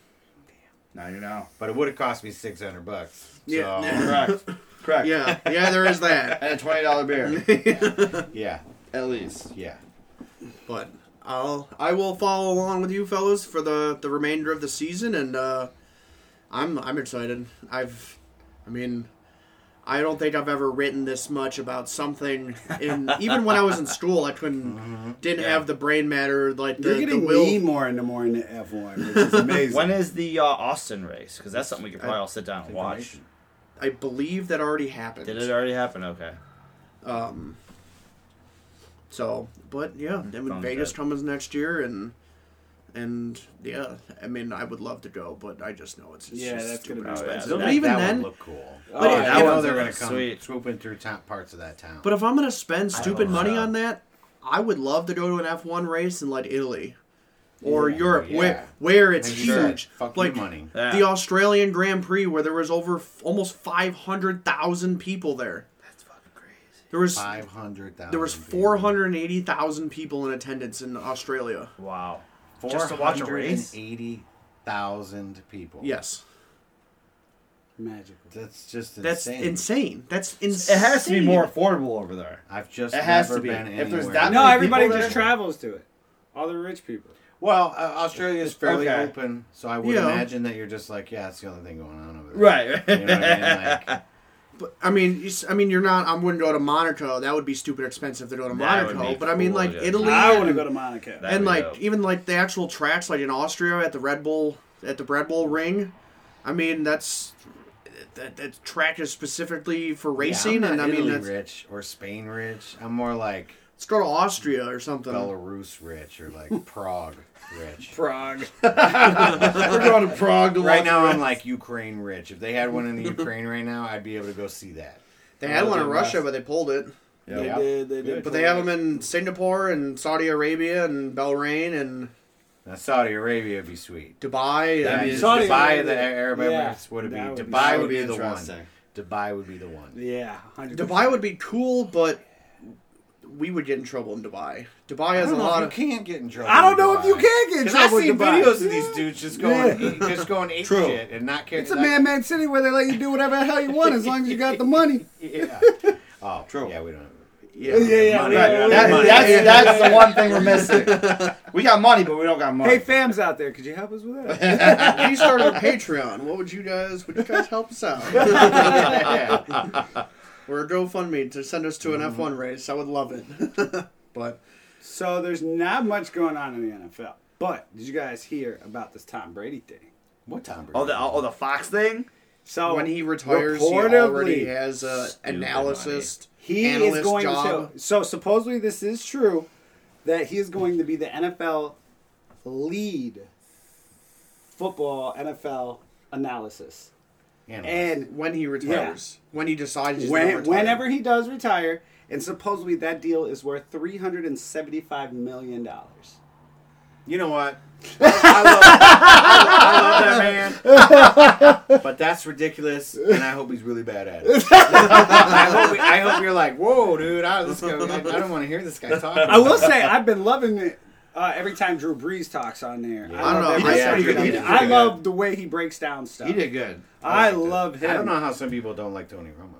S3: Now you know.
S4: but it would have cost me six hundred bucks.
S1: Yeah.
S4: Yeah,
S3: Correct. Correct.
S1: Yeah, yeah, there is that.
S3: And a twenty dollar beer
S4: yeah,
S3: at least.
S4: yeah.
S1: But I'll I will follow along with you fellas for the the remainder of the season, and uh, I'm I'm excited. I've, I mean, I don't think I've ever written this much about something. In even when I was in school, I couldn't didn't have the brain matter like the,
S2: You're
S1: the
S2: getting
S1: will.
S2: me more into more into F1, which is amazing.
S3: When is the uh, Austin race? Because that's something we could probably all sit down and watch.
S4: Information.
S1: I believe that already happened.
S3: Did it already happen? Okay.
S1: Um. So, but yeah, then with
S3: Sounds
S1: Vegas
S3: good.
S1: comes next year, and and yeah, I mean, I would love to go, but I just know it's, it's
S2: Yeah,
S1: just
S2: that's gonna
S1: stupid
S2: be
S1: expensive.
S3: bad.
S1: But
S3: That-
S1: even
S4: that
S1: then,
S4: would look cool.
S2: Oh,
S4: Oh,
S1: yeah, that
S4: I know
S3: one's
S4: they're gonna
S3: gonna
S4: come
S3: sweet.
S4: swooping through top parts of that town.
S1: but if I'm gonna spend stupid
S3: hope
S1: money
S3: so.
S1: on that, I would love to go to an F1 race in like Italy or Europe,
S4: yeah.
S1: where where it's
S4: Make sure
S1: huge,
S4: it's fucking
S1: like
S4: money.
S3: Yeah.
S1: the Australian Grand Prix, where there was over f- almost five hundred thousand people there.
S3: That's fucking crazy.
S1: There was
S4: Five hundred thousand.
S1: there was four hundred eighty thousand people in attendance in Australia.
S3: Wow.
S4: Just
S3: Just to watch a race.
S4: Eighty thousand people.
S1: Yes.
S2: magical?
S4: that's just insane.
S1: That's insane. That's insane.
S3: It has to be more affordable over there.
S4: I've just
S3: It has
S4: never
S3: to be.
S4: been
S3: If there's
S4: anywhere.
S3: that
S2: No,
S3: many
S2: everybody
S3: people
S2: just
S3: there-
S2: travels to it. All the rich people.
S4: Well, uh, Australia is fairly
S3: Okay.
S4: open, so I would
S1: Yeah.
S4: imagine that you're just like, yeah, it's the only thing going on over there.
S3: Right.
S4: You know what I mean? Like,
S1: But, I mean, you s- I mean, you're not. I wouldn't go to Monaco. That would be stupid expensive to go to
S3: That would
S1: Monaco.
S3: be
S1: But I mean,
S3: cool,
S1: like
S3: yeah.
S1: Italy.
S2: I want to
S1: and-
S2: go to Monaco.
S3: That-
S1: And
S3: would be
S1: like
S3: dope.
S1: even like the actual tracks, like in Austria at the Red Bull at the Red Bull Ring. I mean, that's that, that track is specifically for
S4: Yeah,
S1: racing,
S4: I'm
S1: and
S4: not
S1: I mean,
S4: Italy
S1: that's,
S4: rich or Spain rich. I'm more like
S1: let's go to Austria or something.
S4: Belarus rich or like Prague rich.
S2: Prague.
S3: We're going to Prague to
S4: Right
S3: watch
S4: now,
S3: a
S4: I'm
S3: race.
S4: like Ukraine rich. If they had one in the Ukraine right now, I'd be able to go see that.
S1: They had one in
S4: Yeah.
S1: Russia, but they pulled it.
S2: They
S4: Yeah.
S2: did. They did.
S1: But they have them in Singapore and Saudi Arabia and Bahrain and
S4: Now, Saudi Arabia would be sweet.
S1: Dubai.
S4: That'd
S1: and-
S4: be
S2: Saudi
S4: Dubai,
S2: Arabia.
S4: the Arab
S2: Yeah.
S4: Emirates would be.
S2: That would be-
S4: Dubai
S3: that
S4: would
S3: would
S4: be
S3: be
S4: the one.
S3: interesting.
S4: Dubai would be the one.
S2: Yeah. 100%.
S1: Dubai would be cool, but we would get in trouble in Dubai. Dubai
S4: I
S1: has a
S4: don't know
S1: lot
S4: if
S1: of.
S4: you can't get in trouble.
S2: I don't know
S4: in
S2: if you
S4: Dubai.
S2: can get in
S4: 'Cause I've
S2: trouble with
S4: seen
S2: Dubai.
S4: videos of these dudes just going, just going ape
S3: True.
S4: shit and not caring.
S2: It's a
S4: like-
S2: man-made city where they let you do whatever the hell you want as long as you got the money.
S4: Yeah. Oh,
S3: True.
S4: Yeah, we don't. Have,
S1: Yeah.
S2: yeah.
S4: Money.
S3: Right.
S4: Yeah,
S3: That-
S4: money.
S3: that's that's the one thing we're missing. We got money, but we don't got money.
S2: Hey, fams out there, could you help us with that?
S1: If we started a Patreon, what would you guys? Would you guys help us out?
S4: yeah.
S1: or a GoFundMe to send us to an F1 race? I would love it. but
S2: so there's not much going on in the NFL. But did you guys hear about this Tom Brady thing?
S4: What time?
S3: Oh, the oh the Fox thing.
S2: So
S1: when he retires, he
S2: reportedly,
S1: already has a analysis.
S2: He
S1: analyst
S2: is going
S1: job.
S2: to. So supposedly this is true, that he is going to be the NFL lead football NFL analysis. And
S1: when he retires, when he decides, he's gonna
S2: when,
S1: retire.
S2: whenever he does retire, and supposedly that deal is worth three hundred and seventy-five million dollars.
S4: You know what? I love, I love that man. But that's ridiculous, and I hope he's really bad at it. I, hope I hope you're like, whoa, dude, I, this guy, I, I don't want to hear this guy talk.
S2: I will say I've been loving it. Uh, every time Drew Brees talks on there,
S1: I don't know,
S2: love
S1: he
S2: every
S1: did
S2: time
S1: pretty
S2: he
S1: good.
S2: does
S1: He
S2: it.
S1: did
S2: I
S4: pretty
S2: love the way he breaks down stuff.
S3: He did good.
S2: I love him.
S4: I don't know how some people don't like Tony Romo.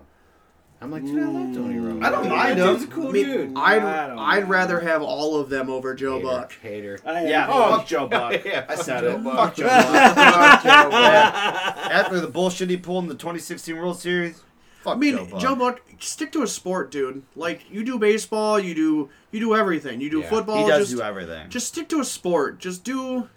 S4: I'm like, dude, I love Tony Romo.
S1: I don't mind
S4: That
S1: him.
S4: dude's a cool
S1: I mean,
S4: dude.
S1: I'd,
S2: I don't
S1: I'd
S2: know.
S1: rather have all of them over Joe
S4: Hater,
S1: Buck.
S4: Hater.
S2: I-
S3: Yeah.
S4: Oh,
S3: fuck Joe Buck.
S4: yeah,
S3: I said
S4: Joe
S3: it.
S4: Buck.
S3: Fuck Joe Buck. Yeah. After the bullshit he pulled in the 2016 World Series. Fuck
S1: I mean,
S3: Joe Buck.
S1: Joe Buck, stick to a sport, dude. Like you do baseball, you do you do everything. You do
S4: Yeah,
S1: football.
S3: he does
S1: just,
S3: do everything.
S1: Just stick to a sport. Just do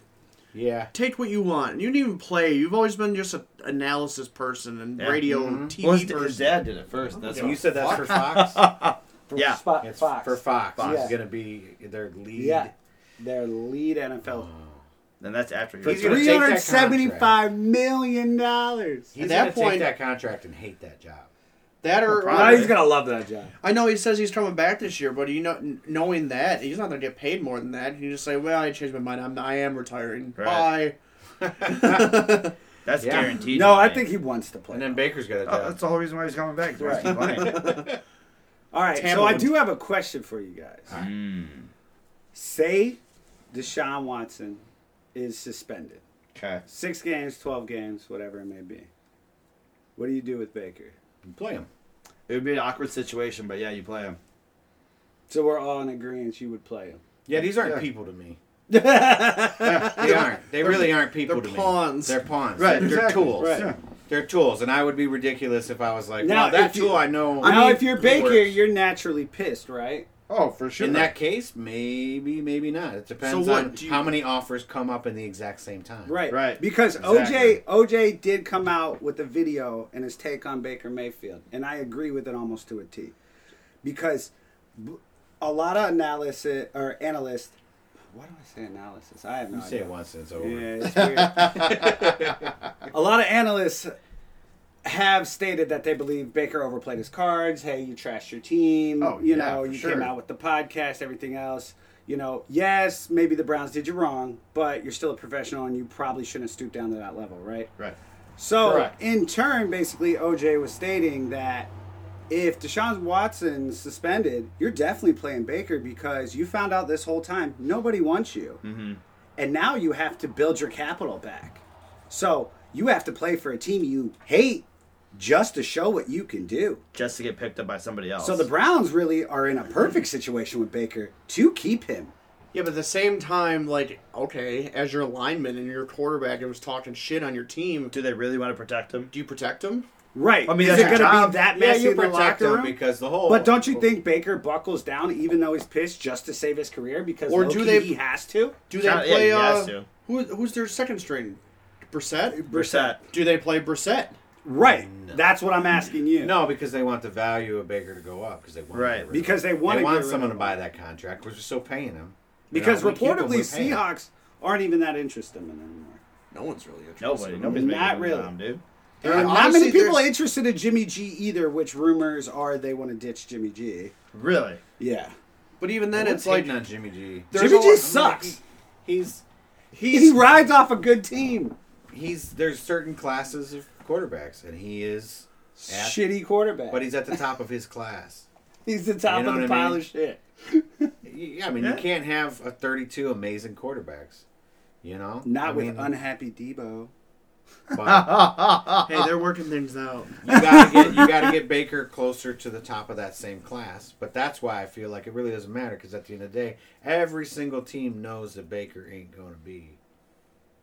S4: Yeah.
S1: take what you want. You didn't even play. You've always been just an analysis person and
S3: Yeah.
S1: radio and TV
S3: Well, his,
S1: person.
S3: his dad did it first. That's
S4: And
S3: why.
S4: you said that's for Fox?
S6: For
S3: Yeah.
S6: Spot,
S4: it's
S6: Fox.
S4: for Fox.
S6: Fox.
S4: It's
S6: Yeah.
S4: going to be their lead.
S6: Yeah.
S2: Their lead NFL.
S3: And that's after he
S4: He's
S3: was
S4: gonna
S3: done.
S4: take that
S2: $375 million. dollars.
S4: He's
S1: At that
S4: going to
S1: point-
S4: take that contract and hate that job.
S1: That or
S2: Oh,
S3: probably.
S6: he's gonna love that job.
S1: I know he says he's coming back this year, but you know, kn- knowing that he's not going to get paid more than that, you just say, "Well, I changed my mind. I'm I am retiring.
S3: Right.
S1: Bye."
S3: That's
S4: Yeah.
S3: guaranteed.
S2: No,
S3: to
S2: I
S3: be.
S2: think he wants to play.
S4: And then Baker's got a
S3: Oh,
S4: job.
S3: that's the whole reason why he's coming back. Right.
S2: All right, so
S1: Tampa
S2: I
S1: would-
S2: do have a question for you guys. Say Deshaun Watson is suspended.
S3: Okay.
S2: Six games, 12 games, whatever it may be. What do you do with Baker?
S4: You play him.
S3: It would be an awkward situation, but yeah, you play him.
S2: So we're all in agreement you would play him.
S4: Yeah, these aren't
S3: Yeah.
S4: people to me. they aren't. They really aren't people
S1: they're
S4: to
S1: pawns.
S4: me. They're pawns.
S3: Right,
S4: They're
S3: exactly.
S4: tools.
S2: Right.
S3: Yeah.
S4: They're tools. And I would be ridiculous if I was like,
S2: Now,
S4: wow, that
S2: if you-
S4: tool I know.
S2: now, if you're
S4: it
S2: Baker,
S4: works."
S2: you're naturally pissed, right?
S3: Oh, for sure.
S4: In that case, maybe, maybe not. It depends
S1: So what,
S4: on
S1: do you-
S4: how many offers come up in the exact same time.
S2: Right.
S3: Right.
S2: Because
S4: Exactly.
S2: OJ OJ did come out with a video and his take on Baker Mayfield, and I agree with it almost to a T. Because b- a lot of analysis or analysts, why do I say analysis? I have no
S4: You say
S2: idea.
S4: it once and it's over.
S2: Yeah, it's weird. a lot of analysts have stated that they believe Baker overplayed his cards. Hey, you trashed your team.
S3: Oh,
S2: you
S3: yeah,
S2: know,
S3: for
S2: you
S3: sure.
S2: came out with the podcast, everything else. You know, yes, maybe the Browns did you wrong, but you're still a professional and you probably shouldn't stoop down to that level, right?
S3: Right.
S2: So,
S3: Correct.
S2: in turn, basically, OJ was stating that if Deshaun Watson's suspended, you're definitely playing Baker because you found out this whole time nobody wants you. Mm-hmm. And now you have to build your capital back. So, you have to play for a team you hate just to show what you can do.
S3: Just to get picked up by somebody else.
S2: So, the Browns really are in a perfect situation with Baker to keep him.
S1: Yeah, but at the same time, like, okay, as your lineman and your quarterback, it was talking shit on your team.
S3: do they really want to protect him?
S1: Do you protect him?
S2: Right.
S3: I mean,
S2: is
S3: that's
S2: it going
S3: your
S2: to
S3: job.
S2: be that
S4: Yeah,
S2: messy
S4: you
S2: in the
S4: protect
S2: locker
S4: them
S2: room?
S4: because the whole.
S2: But don't you think Baker buckles down even though he's pissed just to save his career because
S1: Or
S2: low
S1: do
S2: key
S1: they-
S2: he has to?
S1: Do they
S3: Yeah, he
S1: play?
S3: has
S1: uh,
S3: to.
S1: who, who's their second string? Brissett.
S3: Brissett.
S1: Do they play Brissett?
S2: Right. That's what I'm asking you.
S4: No, because they want the value of Baker to go up because they want
S3: Right.
S4: to get rid of
S2: Because they
S4: him.
S2: want
S4: they
S2: to
S4: want someone to buy that contract, which is still paying him. You
S2: Because
S4: know, we keep him,
S2: reportedly
S4: we pay him.
S2: Seahawks aren't even that interested in him anymore.
S1: No one's really interested.
S3: Nobody. Nobody's making
S2: Not
S3: a move
S2: really.
S3: on him, dude.
S1: There
S2: And
S1: are-
S2: not many
S1: honestly,
S2: people
S1: there-
S2: are interested in Jimmy G either, which rumors are they want to ditch Jimmy G.
S3: Really.
S2: Yeah.
S1: But even then,
S4: And
S1: it's like
S4: on Jimmy G.
S1: there's
S2: Jimmy
S1: a
S2: G
S1: lot-
S2: sucks.
S4: He's
S2: he rides off a good team.
S4: he's there's certain classes of quarterbacks, and he is, Yeah.
S2: Shitty quarterback.
S4: but he's at the top of his class.
S2: he's the top
S4: You know
S2: of the
S4: what I
S2: pile
S4: mean?
S2: of shit.
S4: Yeah, I mean you can't have a 32 amazing quarterbacks. You know,
S2: Not
S4: I
S2: with
S4: mean,
S2: unhappy Debo.
S4: but
S1: hey, they're working things out.
S4: you gotta get you gotta get Baker closer to the top of that same class. But that's why I feel like it really doesn't matter because at the end of the day, every single team knows that Baker ain't going to be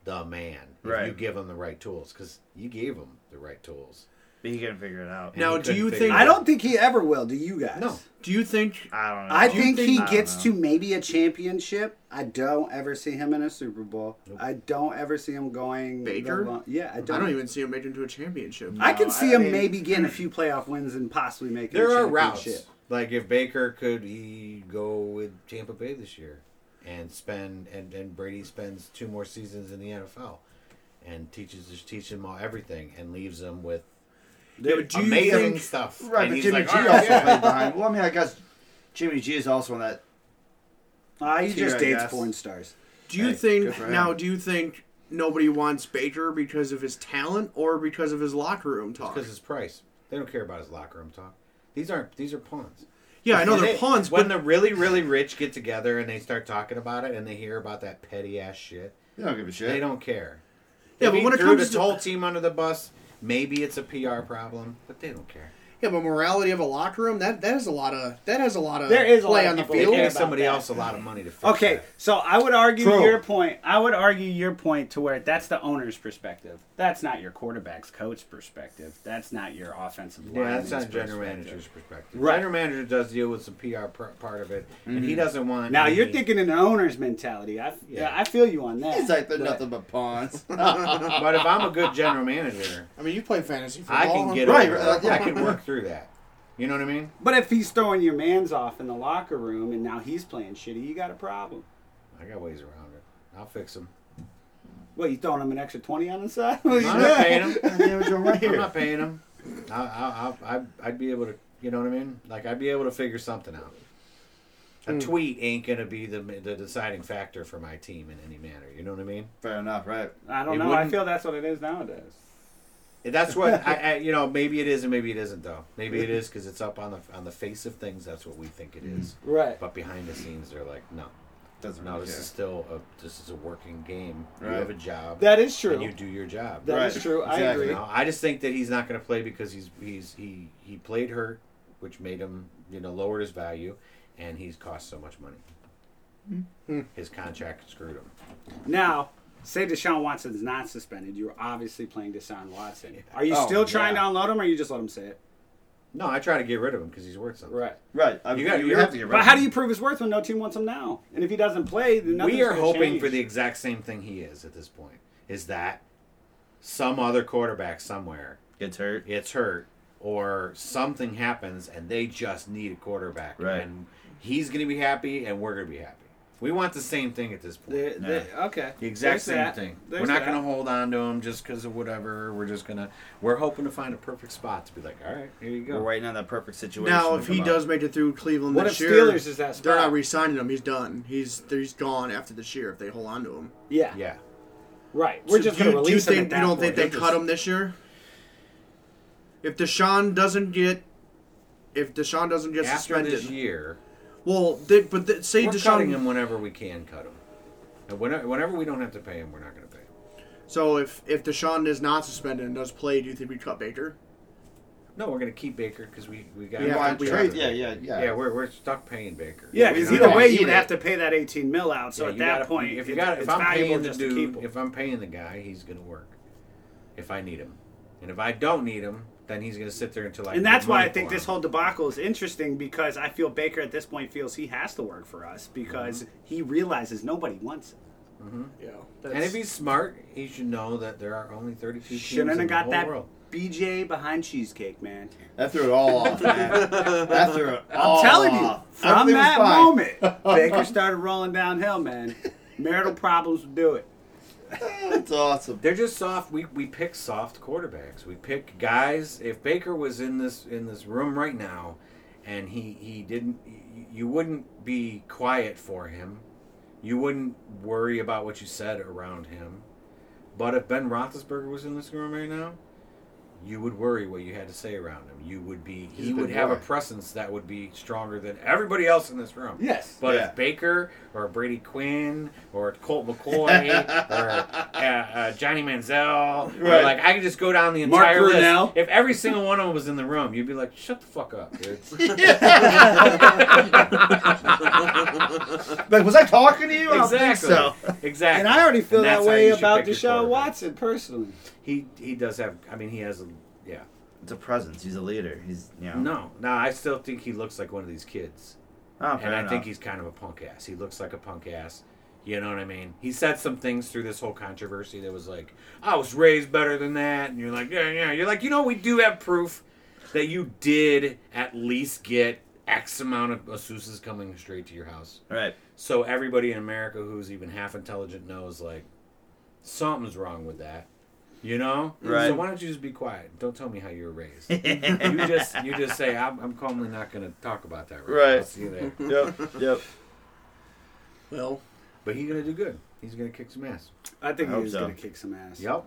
S4: the man if
S3: Right.
S4: you give him the right tools because you gave him the right tools.
S3: But he can figure it out.
S4: And
S1: Now,
S4: he
S1: do
S4: couldn't
S1: you
S4: figure
S1: think-
S4: it
S2: I
S4: out.
S2: don't think he ever will. Do you guys?
S4: No.
S1: Do you think
S3: I don't know.
S2: I
S3: Do you
S2: think he
S3: I don't
S2: gets to
S3: know.
S2: maybe a championship. I don't ever see him in a Super Bowl. I don't ever see him going the
S1: Baker?
S2: lo- Yeah, I don't.
S1: I don't even see him making it to a championship?
S2: I can see
S4: I
S2: him
S4: mean-
S2: maybe getting a few playoff wins and possibly making.
S4: There
S2: a
S4: are routes.
S2: championship.
S4: Like if Baker could he go with Tampa Bay this year and spend and, and Brady spends two more seasons in the NFL and teaches just teach them all everything and leaves them with
S1: Yeah, but do you
S4: amazing
S1: think-
S4: stuff.
S3: Right,
S4: and
S3: but
S4: he's
S3: Jimmy
S4: like,
S3: G
S4: "All right,
S3: also
S4: yeah."
S3: played behind. Well, I mean, I guess Jimmy G is also in that.
S2: Ah, he
S3: Tier,
S2: just
S3: I
S2: dates
S3: guess.
S2: porn stars.
S1: Do you
S4: Hey, good
S1: think
S4: for him.
S1: now? Do you think nobody wants Baker because of his talent or because of his locker room talk?
S4: Because his price. They don't care about his locker room talk. These aren't these are pawns.
S1: Yeah, I know
S4: And
S1: they're
S4: they-
S1: pawns, but
S4: When the really, really rich get together and they start talking about it and they hear about that petty ass shit,
S3: You don't give a shit.
S4: they don't care.
S1: yeah,
S4: If
S1: but
S4: he
S1: when it
S4: threw
S1: comes
S4: the
S1: to
S4: whole team under the bus, maybe it's a PR problem, but they don't care.
S1: Yeah, but morality of a locker room that that is a lot of that has a lot of
S2: There is a
S1: play
S2: lot of
S1: on the
S2: people that
S1: field.
S2: care
S4: Give
S2: about
S4: somebody
S2: that.
S4: else a lot of money to fix
S2: Okay,
S4: that.
S2: so I would argue
S4: True.
S2: your point. I would argue your point to where that's the owner's perspective. That's not your quarterback's coach perspective. That's not your offensive line.
S4: Yeah, that's not general manager's perspective. General manager does deal with some PR pr- part of it, and
S1: Mm-hmm.
S4: he doesn't want.
S2: Now
S4: any-
S2: you're thinking in an owner's mentality. I yeah, I feel you on that.
S3: It's like they're
S2: but-
S3: nothing but pawns.
S4: But if I'm a good general manager,
S1: I mean, you play fantasy football.
S4: I can get
S3: Right,
S4: over
S3: right,
S4: it. I can work through that. You know what I mean?
S2: But if he's throwing your man's off in the locker room and now he's playing shitty, you got a problem.
S4: I got ways around it. I'll fix them.
S2: What you throwing him an extra twenty on the side? What
S4: I'm
S2: you
S4: not
S2: doing?
S4: paying them.
S1: right
S4: I'm
S1: here.
S4: not paying them. I, I, I, I, I'd be able to. You know what I mean? Like I'd be able to figure something out.
S1: Hmm.
S4: A tweet ain't gonna be the the deciding factor for my team in any manner. You know what I mean?
S3: Fair enough, right?
S2: I don't
S4: It
S2: know. I
S4: wouldn't-
S2: feel that's what it is nowadays.
S4: That's what I, I, you know. Maybe it is, and maybe it isn't. Though maybe it is because it's up on the on the face of things. That's what we think it is.
S1: Hmm.
S2: Right.
S4: But behind the scenes, they're like, no,
S3: Doesn't
S4: no.
S3: really
S4: This
S3: care.
S4: is still a this is a working game. You
S3: Right.
S4: have a job,
S2: That is true.
S4: and you do your job.
S2: That is
S3: Right.
S2: true. I
S4: Exactly.
S2: agree.
S4: No, I just think that he's not going to play because he's he's he he played hurt, which made him you know lowered his value, and he's cost so much money.
S2: Hmm.
S4: His contract screwed him.
S2: Now, say Deshaun Watson's not suspended. You're obviously playing Deshaun Watson. Are you
S3: Oh,
S2: still trying
S4: yeah.
S2: to unload him, or you just let him say it?
S4: No, I try to get rid of him because he's worth something.
S3: Right. I
S4: You
S3: mean,
S4: got-
S3: you,
S4: you're-
S3: have to get rid
S2: But
S3: of
S2: how do
S3: him.
S2: you prove his worth when no team wants him now? And if he doesn't play, then nothing's
S4: we are
S2: gonna
S4: hoping
S2: change.
S4: for the exact same thing he is at this point. Is that some other quarterback somewhere
S3: gets hurt?
S4: gets hurt or something happens and they just need a quarterback,
S3: Right.
S4: and he's going to be happy and we're going to be happy. We want the same thing at this point.
S2: The- the- okay.
S4: The exact
S2: There's
S4: same
S2: that.
S4: thing.
S2: There's
S4: we're not
S2: that.
S4: going to hold on to him just because of whatever. We're just going to. We're hoping to find a perfect spot to be like, all right, here you
S3: We're
S4: go.
S3: waiting on that perfect situation.
S1: Now,
S3: to
S1: if
S3: come
S1: he
S3: up.
S1: does make it through Cleveland
S2: What
S1: this
S2: if
S1: year,
S2: Steelers is that
S1: they're
S2: spot?
S1: not re-signing him. He's done. He's he's gone after this year if they hold on to him.
S2: Yeah.
S4: Yeah.
S2: Right. We're
S1: So
S2: just
S1: do
S2: going
S1: you- do
S2: to release
S1: you
S2: him.
S1: think,
S2: at that
S1: You don't
S2: point.
S1: think they cut him this year? If Deshaun doesn't get, if Deshaun doesn't get
S4: After
S1: suspended,
S4: this year,
S1: well, they, but they, say
S4: we're
S1: Deshaun.
S4: cutting him whenever we can cut him. And whenever, whenever we don't have to pay him, we're not going to pay him.
S1: So if if Deshaun is not suspended and does play, do you think we cut Baker?
S4: No, we're going to keep Baker because we, we got
S1: We
S4: a
S1: want
S3: Why
S1: to
S4: contract.
S3: trade? Yeah, yeah, yeah.
S4: Yeah, we're, we're stuck paying Baker.
S2: Yeah,
S4: You
S2: because
S4: know?
S2: either
S3: Yeah,
S2: way,
S3: you
S2: you'd
S3: gotta-
S2: have to pay that 18 mil out. So
S4: Yeah,
S2: at
S4: you
S2: that
S4: gotta-
S2: point,
S4: if you
S2: it-
S4: got,
S2: it's
S4: if I'm
S2: valuable
S4: paying the
S2: just to keep
S4: dude,
S2: him.
S4: if I'm paying the guy, he's gonna work. If I need him, and if I don't need him, then he's gonna sit there until I.
S2: And
S4: can get
S2: that's why
S4: money
S2: I think
S4: for
S2: this
S4: him.
S2: whole debacle is interesting because I feel Baker at this point feels he has to work for us because
S4: Mm-hmm.
S2: he realizes nobody wants him.
S1: Yeah.
S4: And if he's smart, he should know that there are only 32 teams
S2: Shouldn't have
S4: in the
S2: got
S4: whole
S2: that
S4: world.
S2: BJ behind cheesecake, man.
S3: That threw it all off, man. that threw it
S2: I'm
S3: all
S2: telling you,
S3: off.
S2: from
S3: Everything was
S2: that
S3: fine.
S2: moment, Baker started rolling downhill, man. Marital problems would do it.
S3: That's awesome.
S4: They're just soft. We, we pick soft quarterbacks. We pick guys. If Baker was in this in this room right now, and he he didn't, y- you wouldn't be quiet for him. You wouldn't worry about what you said around him. But if Ben Roethlisberger was in this room right now, you would worry what you had to say around him. You would be.
S3: He's
S4: he
S3: a big
S4: would have a
S3: boy.
S4: presence that would be stronger than everybody else in this room.
S2: Yes.
S4: But
S3: Yeah.
S4: if Baker or Brady Quinn or Colt McCoy or uh, uh, Johnny Manziel, or
S3: Right.
S4: like I could just go down the
S2: Mark
S4: entire
S2: Brunell.
S4: list. If every single one of them was in the room, you'd be like, "Shut the fuck up, dude."
S3: Like, was I talking to you? I don't think so.
S4: Exactly.
S2: And I already feel
S4: And
S2: that
S4: that's how
S2: way
S4: you should
S2: about
S4: pick your
S2: Deshaun
S4: quarterback.
S2: Watson personally.
S4: He he does have. I mean, he has a yeah.
S3: It's a presence. He's a leader. He's you know.
S4: No, no. I still think he looks like one of these kids,
S3: Oh, fair
S4: and I
S3: enough.
S4: think he's kind of a punk ass. He looks like a punk ass. You know what I mean? He said some things through this whole controversy that was like, "I was raised better than that," and you're like, "Yeah, yeah." You're like, you know, we do have proof that you did at least get X amount of masseuses coming straight to your house.
S3: right.
S4: So everybody in America who's even half intelligent knows like something's wrong with that. You know?
S3: Right.
S4: So why don't you just be quiet? Don't tell me how you were raised. you just you just say I'm, I'm calmly not going to talk about that right. now.
S3: Right.
S4: I'll see you there.
S3: Yep. Yep.
S1: Well,
S4: But he's going to do good. He's going to kick some ass.
S2: I think
S3: I hope
S2: he's
S3: so.
S2: going to kick some ass.
S4: Yep.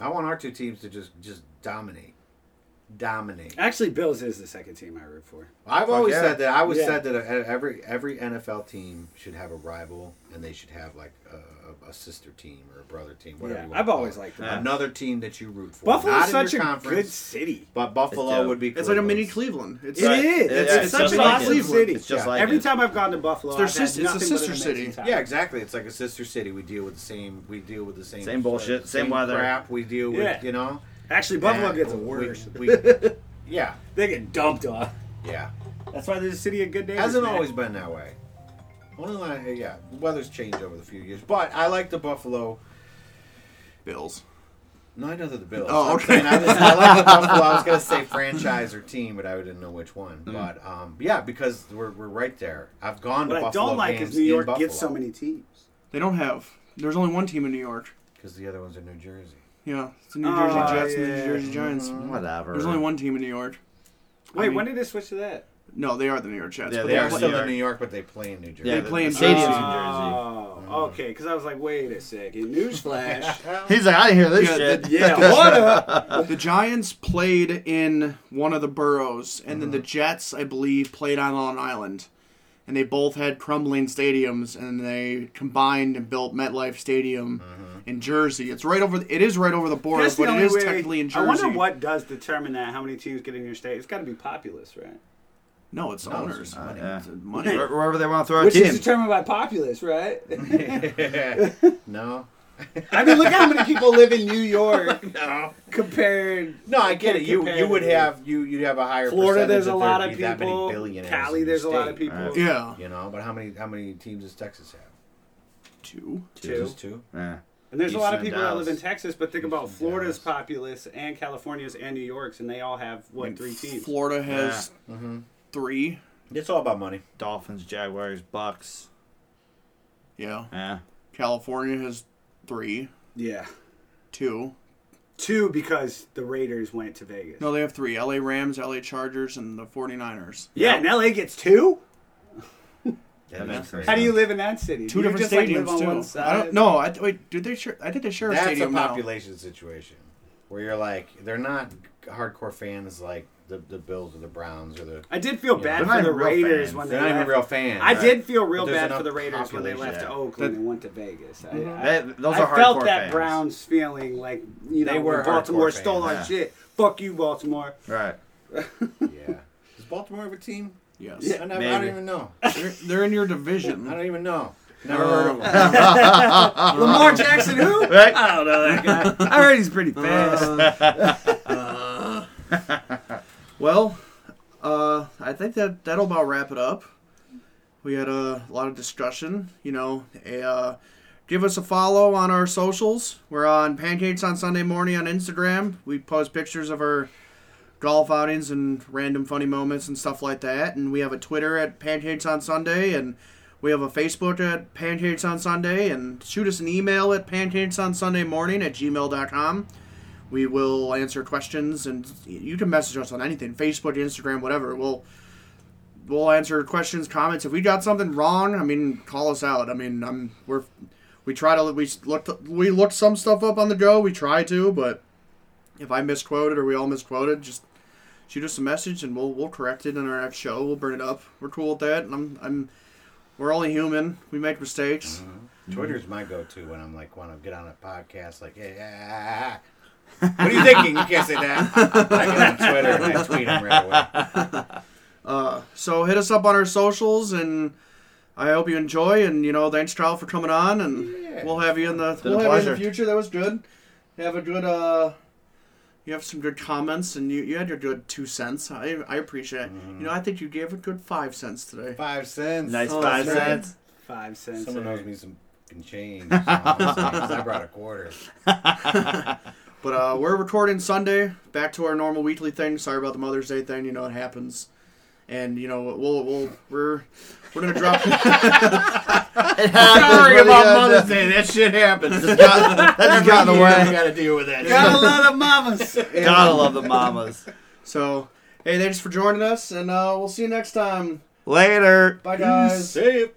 S4: I want our two teams to just just dominate. dominate.
S2: Actually, Bills is the second team I root for.
S4: I've always
S5: yeah.
S4: said that. I always
S2: Yeah.
S4: said that uh, every every NFL team should have a rival, and they should have like a, a- a sister team or a brother team. Whatever
S2: Yeah,
S4: you want
S2: I've
S4: to call
S2: always
S4: it.
S2: liked that.
S3: Yeah.
S4: another team that you root for.
S2: Buffalo is
S4: Not in your
S2: such a good
S4: conference,
S2: city.
S4: but
S3: It's
S4: Buffalo
S3: dope.
S4: would be.
S1: It's like a
S4: close.
S1: mini Cleveland. It's
S2: It
S3: Right.
S2: is.
S3: It-
S2: It's,
S3: yeah,
S2: it's
S3: it's
S2: such
S3: just
S2: an
S3: like
S2: awesome
S1: it.
S2: city.
S3: It's just
S4: Yeah.
S3: like
S2: Every
S3: it.
S2: time I've gone to Buffalo,
S1: It's their
S2: I've had
S1: sis- it's a
S2: nothing but
S1: sister
S2: an
S1: city.
S2: amazing time.
S4: Yeah, exactly. It's like a sister city. We deal with the same. We deal with the same.
S3: Same bullshit, same weather.
S4: Crap. We deal with.
S2: Yeah.
S4: You know.
S2: Actually, Buffalo
S4: And
S2: gets a
S4: we-
S2: worse.
S4: we- yeah.
S2: They get dumped on.
S4: Yeah.
S2: That's why there's a city of good neighbors.
S4: Hasn't
S2: man.
S4: always been that way. Only line, yeah, the weather's changed over the few years. But I like the Buffalo.
S1: Bills.
S4: No, I know that the Bills.
S1: Oh,
S4: I'm
S1: okay.
S4: saying I, just- I like the Buffalo. I was gonna say franchise or team, but I didn't know which one.
S2: Mm.
S4: But um, yeah, because we're, we're right there. I've gone
S2: What
S4: to
S2: I
S4: Buffalo
S2: don't like
S4: games
S2: is New York
S4: in Buffalo
S2: gets so many teams.
S1: They don't have. There's only one team in New York.
S4: because the other ones are New Jersey.
S1: Yeah, it's the New
S4: Ah,
S1: Jersey
S2: Oh,
S1: Jets and the
S2: yeah.
S1: New Jersey Giants.
S3: Whatever.
S1: There's only one team in New York.
S2: Wait,
S1: mean-
S2: when did they switch to that?
S1: No, they are the New York Jets.
S3: Yeah,
S1: but
S3: they
S4: They
S1: they're
S4: are
S3: play-
S4: still
S3: they are-
S4: in New York, but they play in New Jersey.
S3: Yeah,
S1: They play in
S3: the stadiums
S2: oh, okay. Because I was like, wait a second. Newsflash.
S3: in Jersey. He's like, I didn't hear this
S1: Yeah,
S3: shit.
S1: the-
S2: yeah. What up?
S1: Uh, The Giants played in one of the boroughs, and then the Jets, I believe, played on Long Island. And they both had crumbling stadiums, and they combined and built MetLife Stadium in Jersey. It's right over. It is right over the border,
S2: That's the
S1: but it
S2: only
S1: is
S2: way-
S1: technically in Jersey.
S2: I wonder what does determine that. How many teams get in your state? It's got to be populace, right?
S1: No, it's owners.
S4: not,
S1: money.
S3: yeah.
S1: It's money.
S3: Where- Wherever they want to throw
S2: Which
S3: a team.
S2: is determined by populace, right?
S4: no,
S2: I mean, look how many people live in New York compared.
S4: no, I get it. You
S2: Compared
S4: you would
S2: to-
S4: have you you'd have a higher.
S2: Florida,
S4: percentage
S2: there's
S4: if
S2: a
S4: there'd
S2: lot of
S4: be that many
S2: people.
S4: billionaires
S2: Cali,
S4: in the
S2: there's a lot
S4: state,
S2: of people.
S3: Alright.
S1: Yeah,
S4: You know, but how many how many teams does Texas have?
S1: two.
S2: Two.
S4: Just two.
S3: Yeah.
S2: And there's a lot of
S3: Houston,
S2: people that live in
S3: Dallas.
S2: Texas, but think about
S4: Houston,
S2: Florida's
S4: Dallas.
S2: populace and California's and New York's, and they all have what three teams?
S1: Florida has three.
S4: It's all about money.
S3: Dolphins, Jaguars, Bucks.
S1: Yeah,
S3: Yeah.
S1: California has three,
S2: Yeah,
S1: two.
S2: two because the Raiders went to Vegas.
S1: No, they have three. L.A. Rams, L.A. Chargers, and the 49ers.
S2: yeah, and LA gets two.
S3: That makes sense.
S2: How do you live in that city?
S1: two
S2: you
S1: different
S2: just, like,
S1: stadiums
S2: live on
S1: too.
S2: one side?
S1: I don't know. I, wait, did they? Share, I think they share a
S4: That's a
S1: stadium now.
S4: population situation where you're like, they're not hardcore fans like the, the Bills or the Browns or the.
S2: I did feel bad
S3: They're not
S2: for the
S3: even real
S2: Raiders
S3: fans.
S2: when they
S4: They're not even
S2: left.
S4: real fans.
S2: I did feel real
S4: But there's
S2: bad
S4: enough
S2: for the Raiders when they
S4: population. Mm-hmm.
S2: left to
S3: Yeah.
S2: Oakland and went to Vegas. I, I,
S3: That- those
S2: I
S3: are
S2: felt
S3: hardcore
S2: that
S3: fans.
S2: Browns feeling like you know
S4: They were
S2: when Baltimore
S4: hardcore fans,
S2: stole our
S3: yeah.
S2: shit. Fuck you, Baltimore.
S3: Right.
S4: Yeah. Is Baltimore have a team?
S1: Yes,
S4: I, never, I don't
S3: Maybe.
S4: even know.
S1: they're, they're in your
S4: I
S1: division.
S4: don't even know. Never heard of them.
S2: Lamar Jackson, who?
S3: Right?
S2: I don't know that guy. Uh, I heard he's pretty fast.
S1: Uh, Well, uh, I think that that'll about wrap it up. We had a lot of discussion. You know, a, uh, give us a follow on our socials. We're on Pancakes on Sunday Morning on Instagram. We post pictures of our golf outings and random funny moments and stuff like that. And we have a Twitter at Pancakes on Sunday, and we have a Facebook at Pancakes on Sunday. And shoot us an email at Pancakes on Sunday Morning at gmail.com. We will answer questions, and you can message us on anything Facebook, Instagram, whatever. We'll we'll answer questions, comments. If we got something wrong, I mean, call us out. I mean, I'm we're we try to we look we look some stuff up on the go. We try to, but if I misquoted or we all misquoted, just shoot us a message and we'll we'll correct it in our next show. We'll bring it up. We're cool with that. And I'm I'm we're only human. We make mistakes.
S4: Twitter's my go to when I'm like, want to get on a podcast, like, ah, yeah. ah." What are you thinking? You can't say that. I get on Twitter and I tweet them right away.
S1: So hit us up on our socials and. I hope you enjoy, and you know, thanks, Kyle, for coming on, and
S4: Yeah.
S1: we'll have you in the
S3: been
S1: we'll
S3: a
S1: have you in the
S3: pleasure.
S1: future. That was good. Have a good uh, you have some good comments, and you, you had your good two cents. I I appreciate. it.
S4: Mm-hmm.
S1: You know, I think you gave a good five cents today.
S4: Five cents.
S3: Nice
S1: Oh,
S3: five
S1: that's right.
S3: cents.
S2: Five cents.
S4: Someone
S2: or-
S4: owes me some fucking change. I brought a quarter.
S1: But uh, we're recording Sunday. Back to our normal weekly thing. Sorry about the Mother's Day thing. You know, it happens. And you know, we'll we'll we're we're gonna drop. uh,
S3: It
S4: Sorry
S3: happens. What are you
S4: about
S3: gonna
S4: Mother's
S3: do?
S4: Day. That shit happens.
S3: Just got, that just got in the
S4: I
S3: way.
S4: got to deal with that.
S2: Got a lot of mamas.
S3: Gotta love the mamas.
S1: so hey, thanks for joining us, and uh, we'll see you next time.
S3: Later.
S1: Bye guys.
S4: Safe.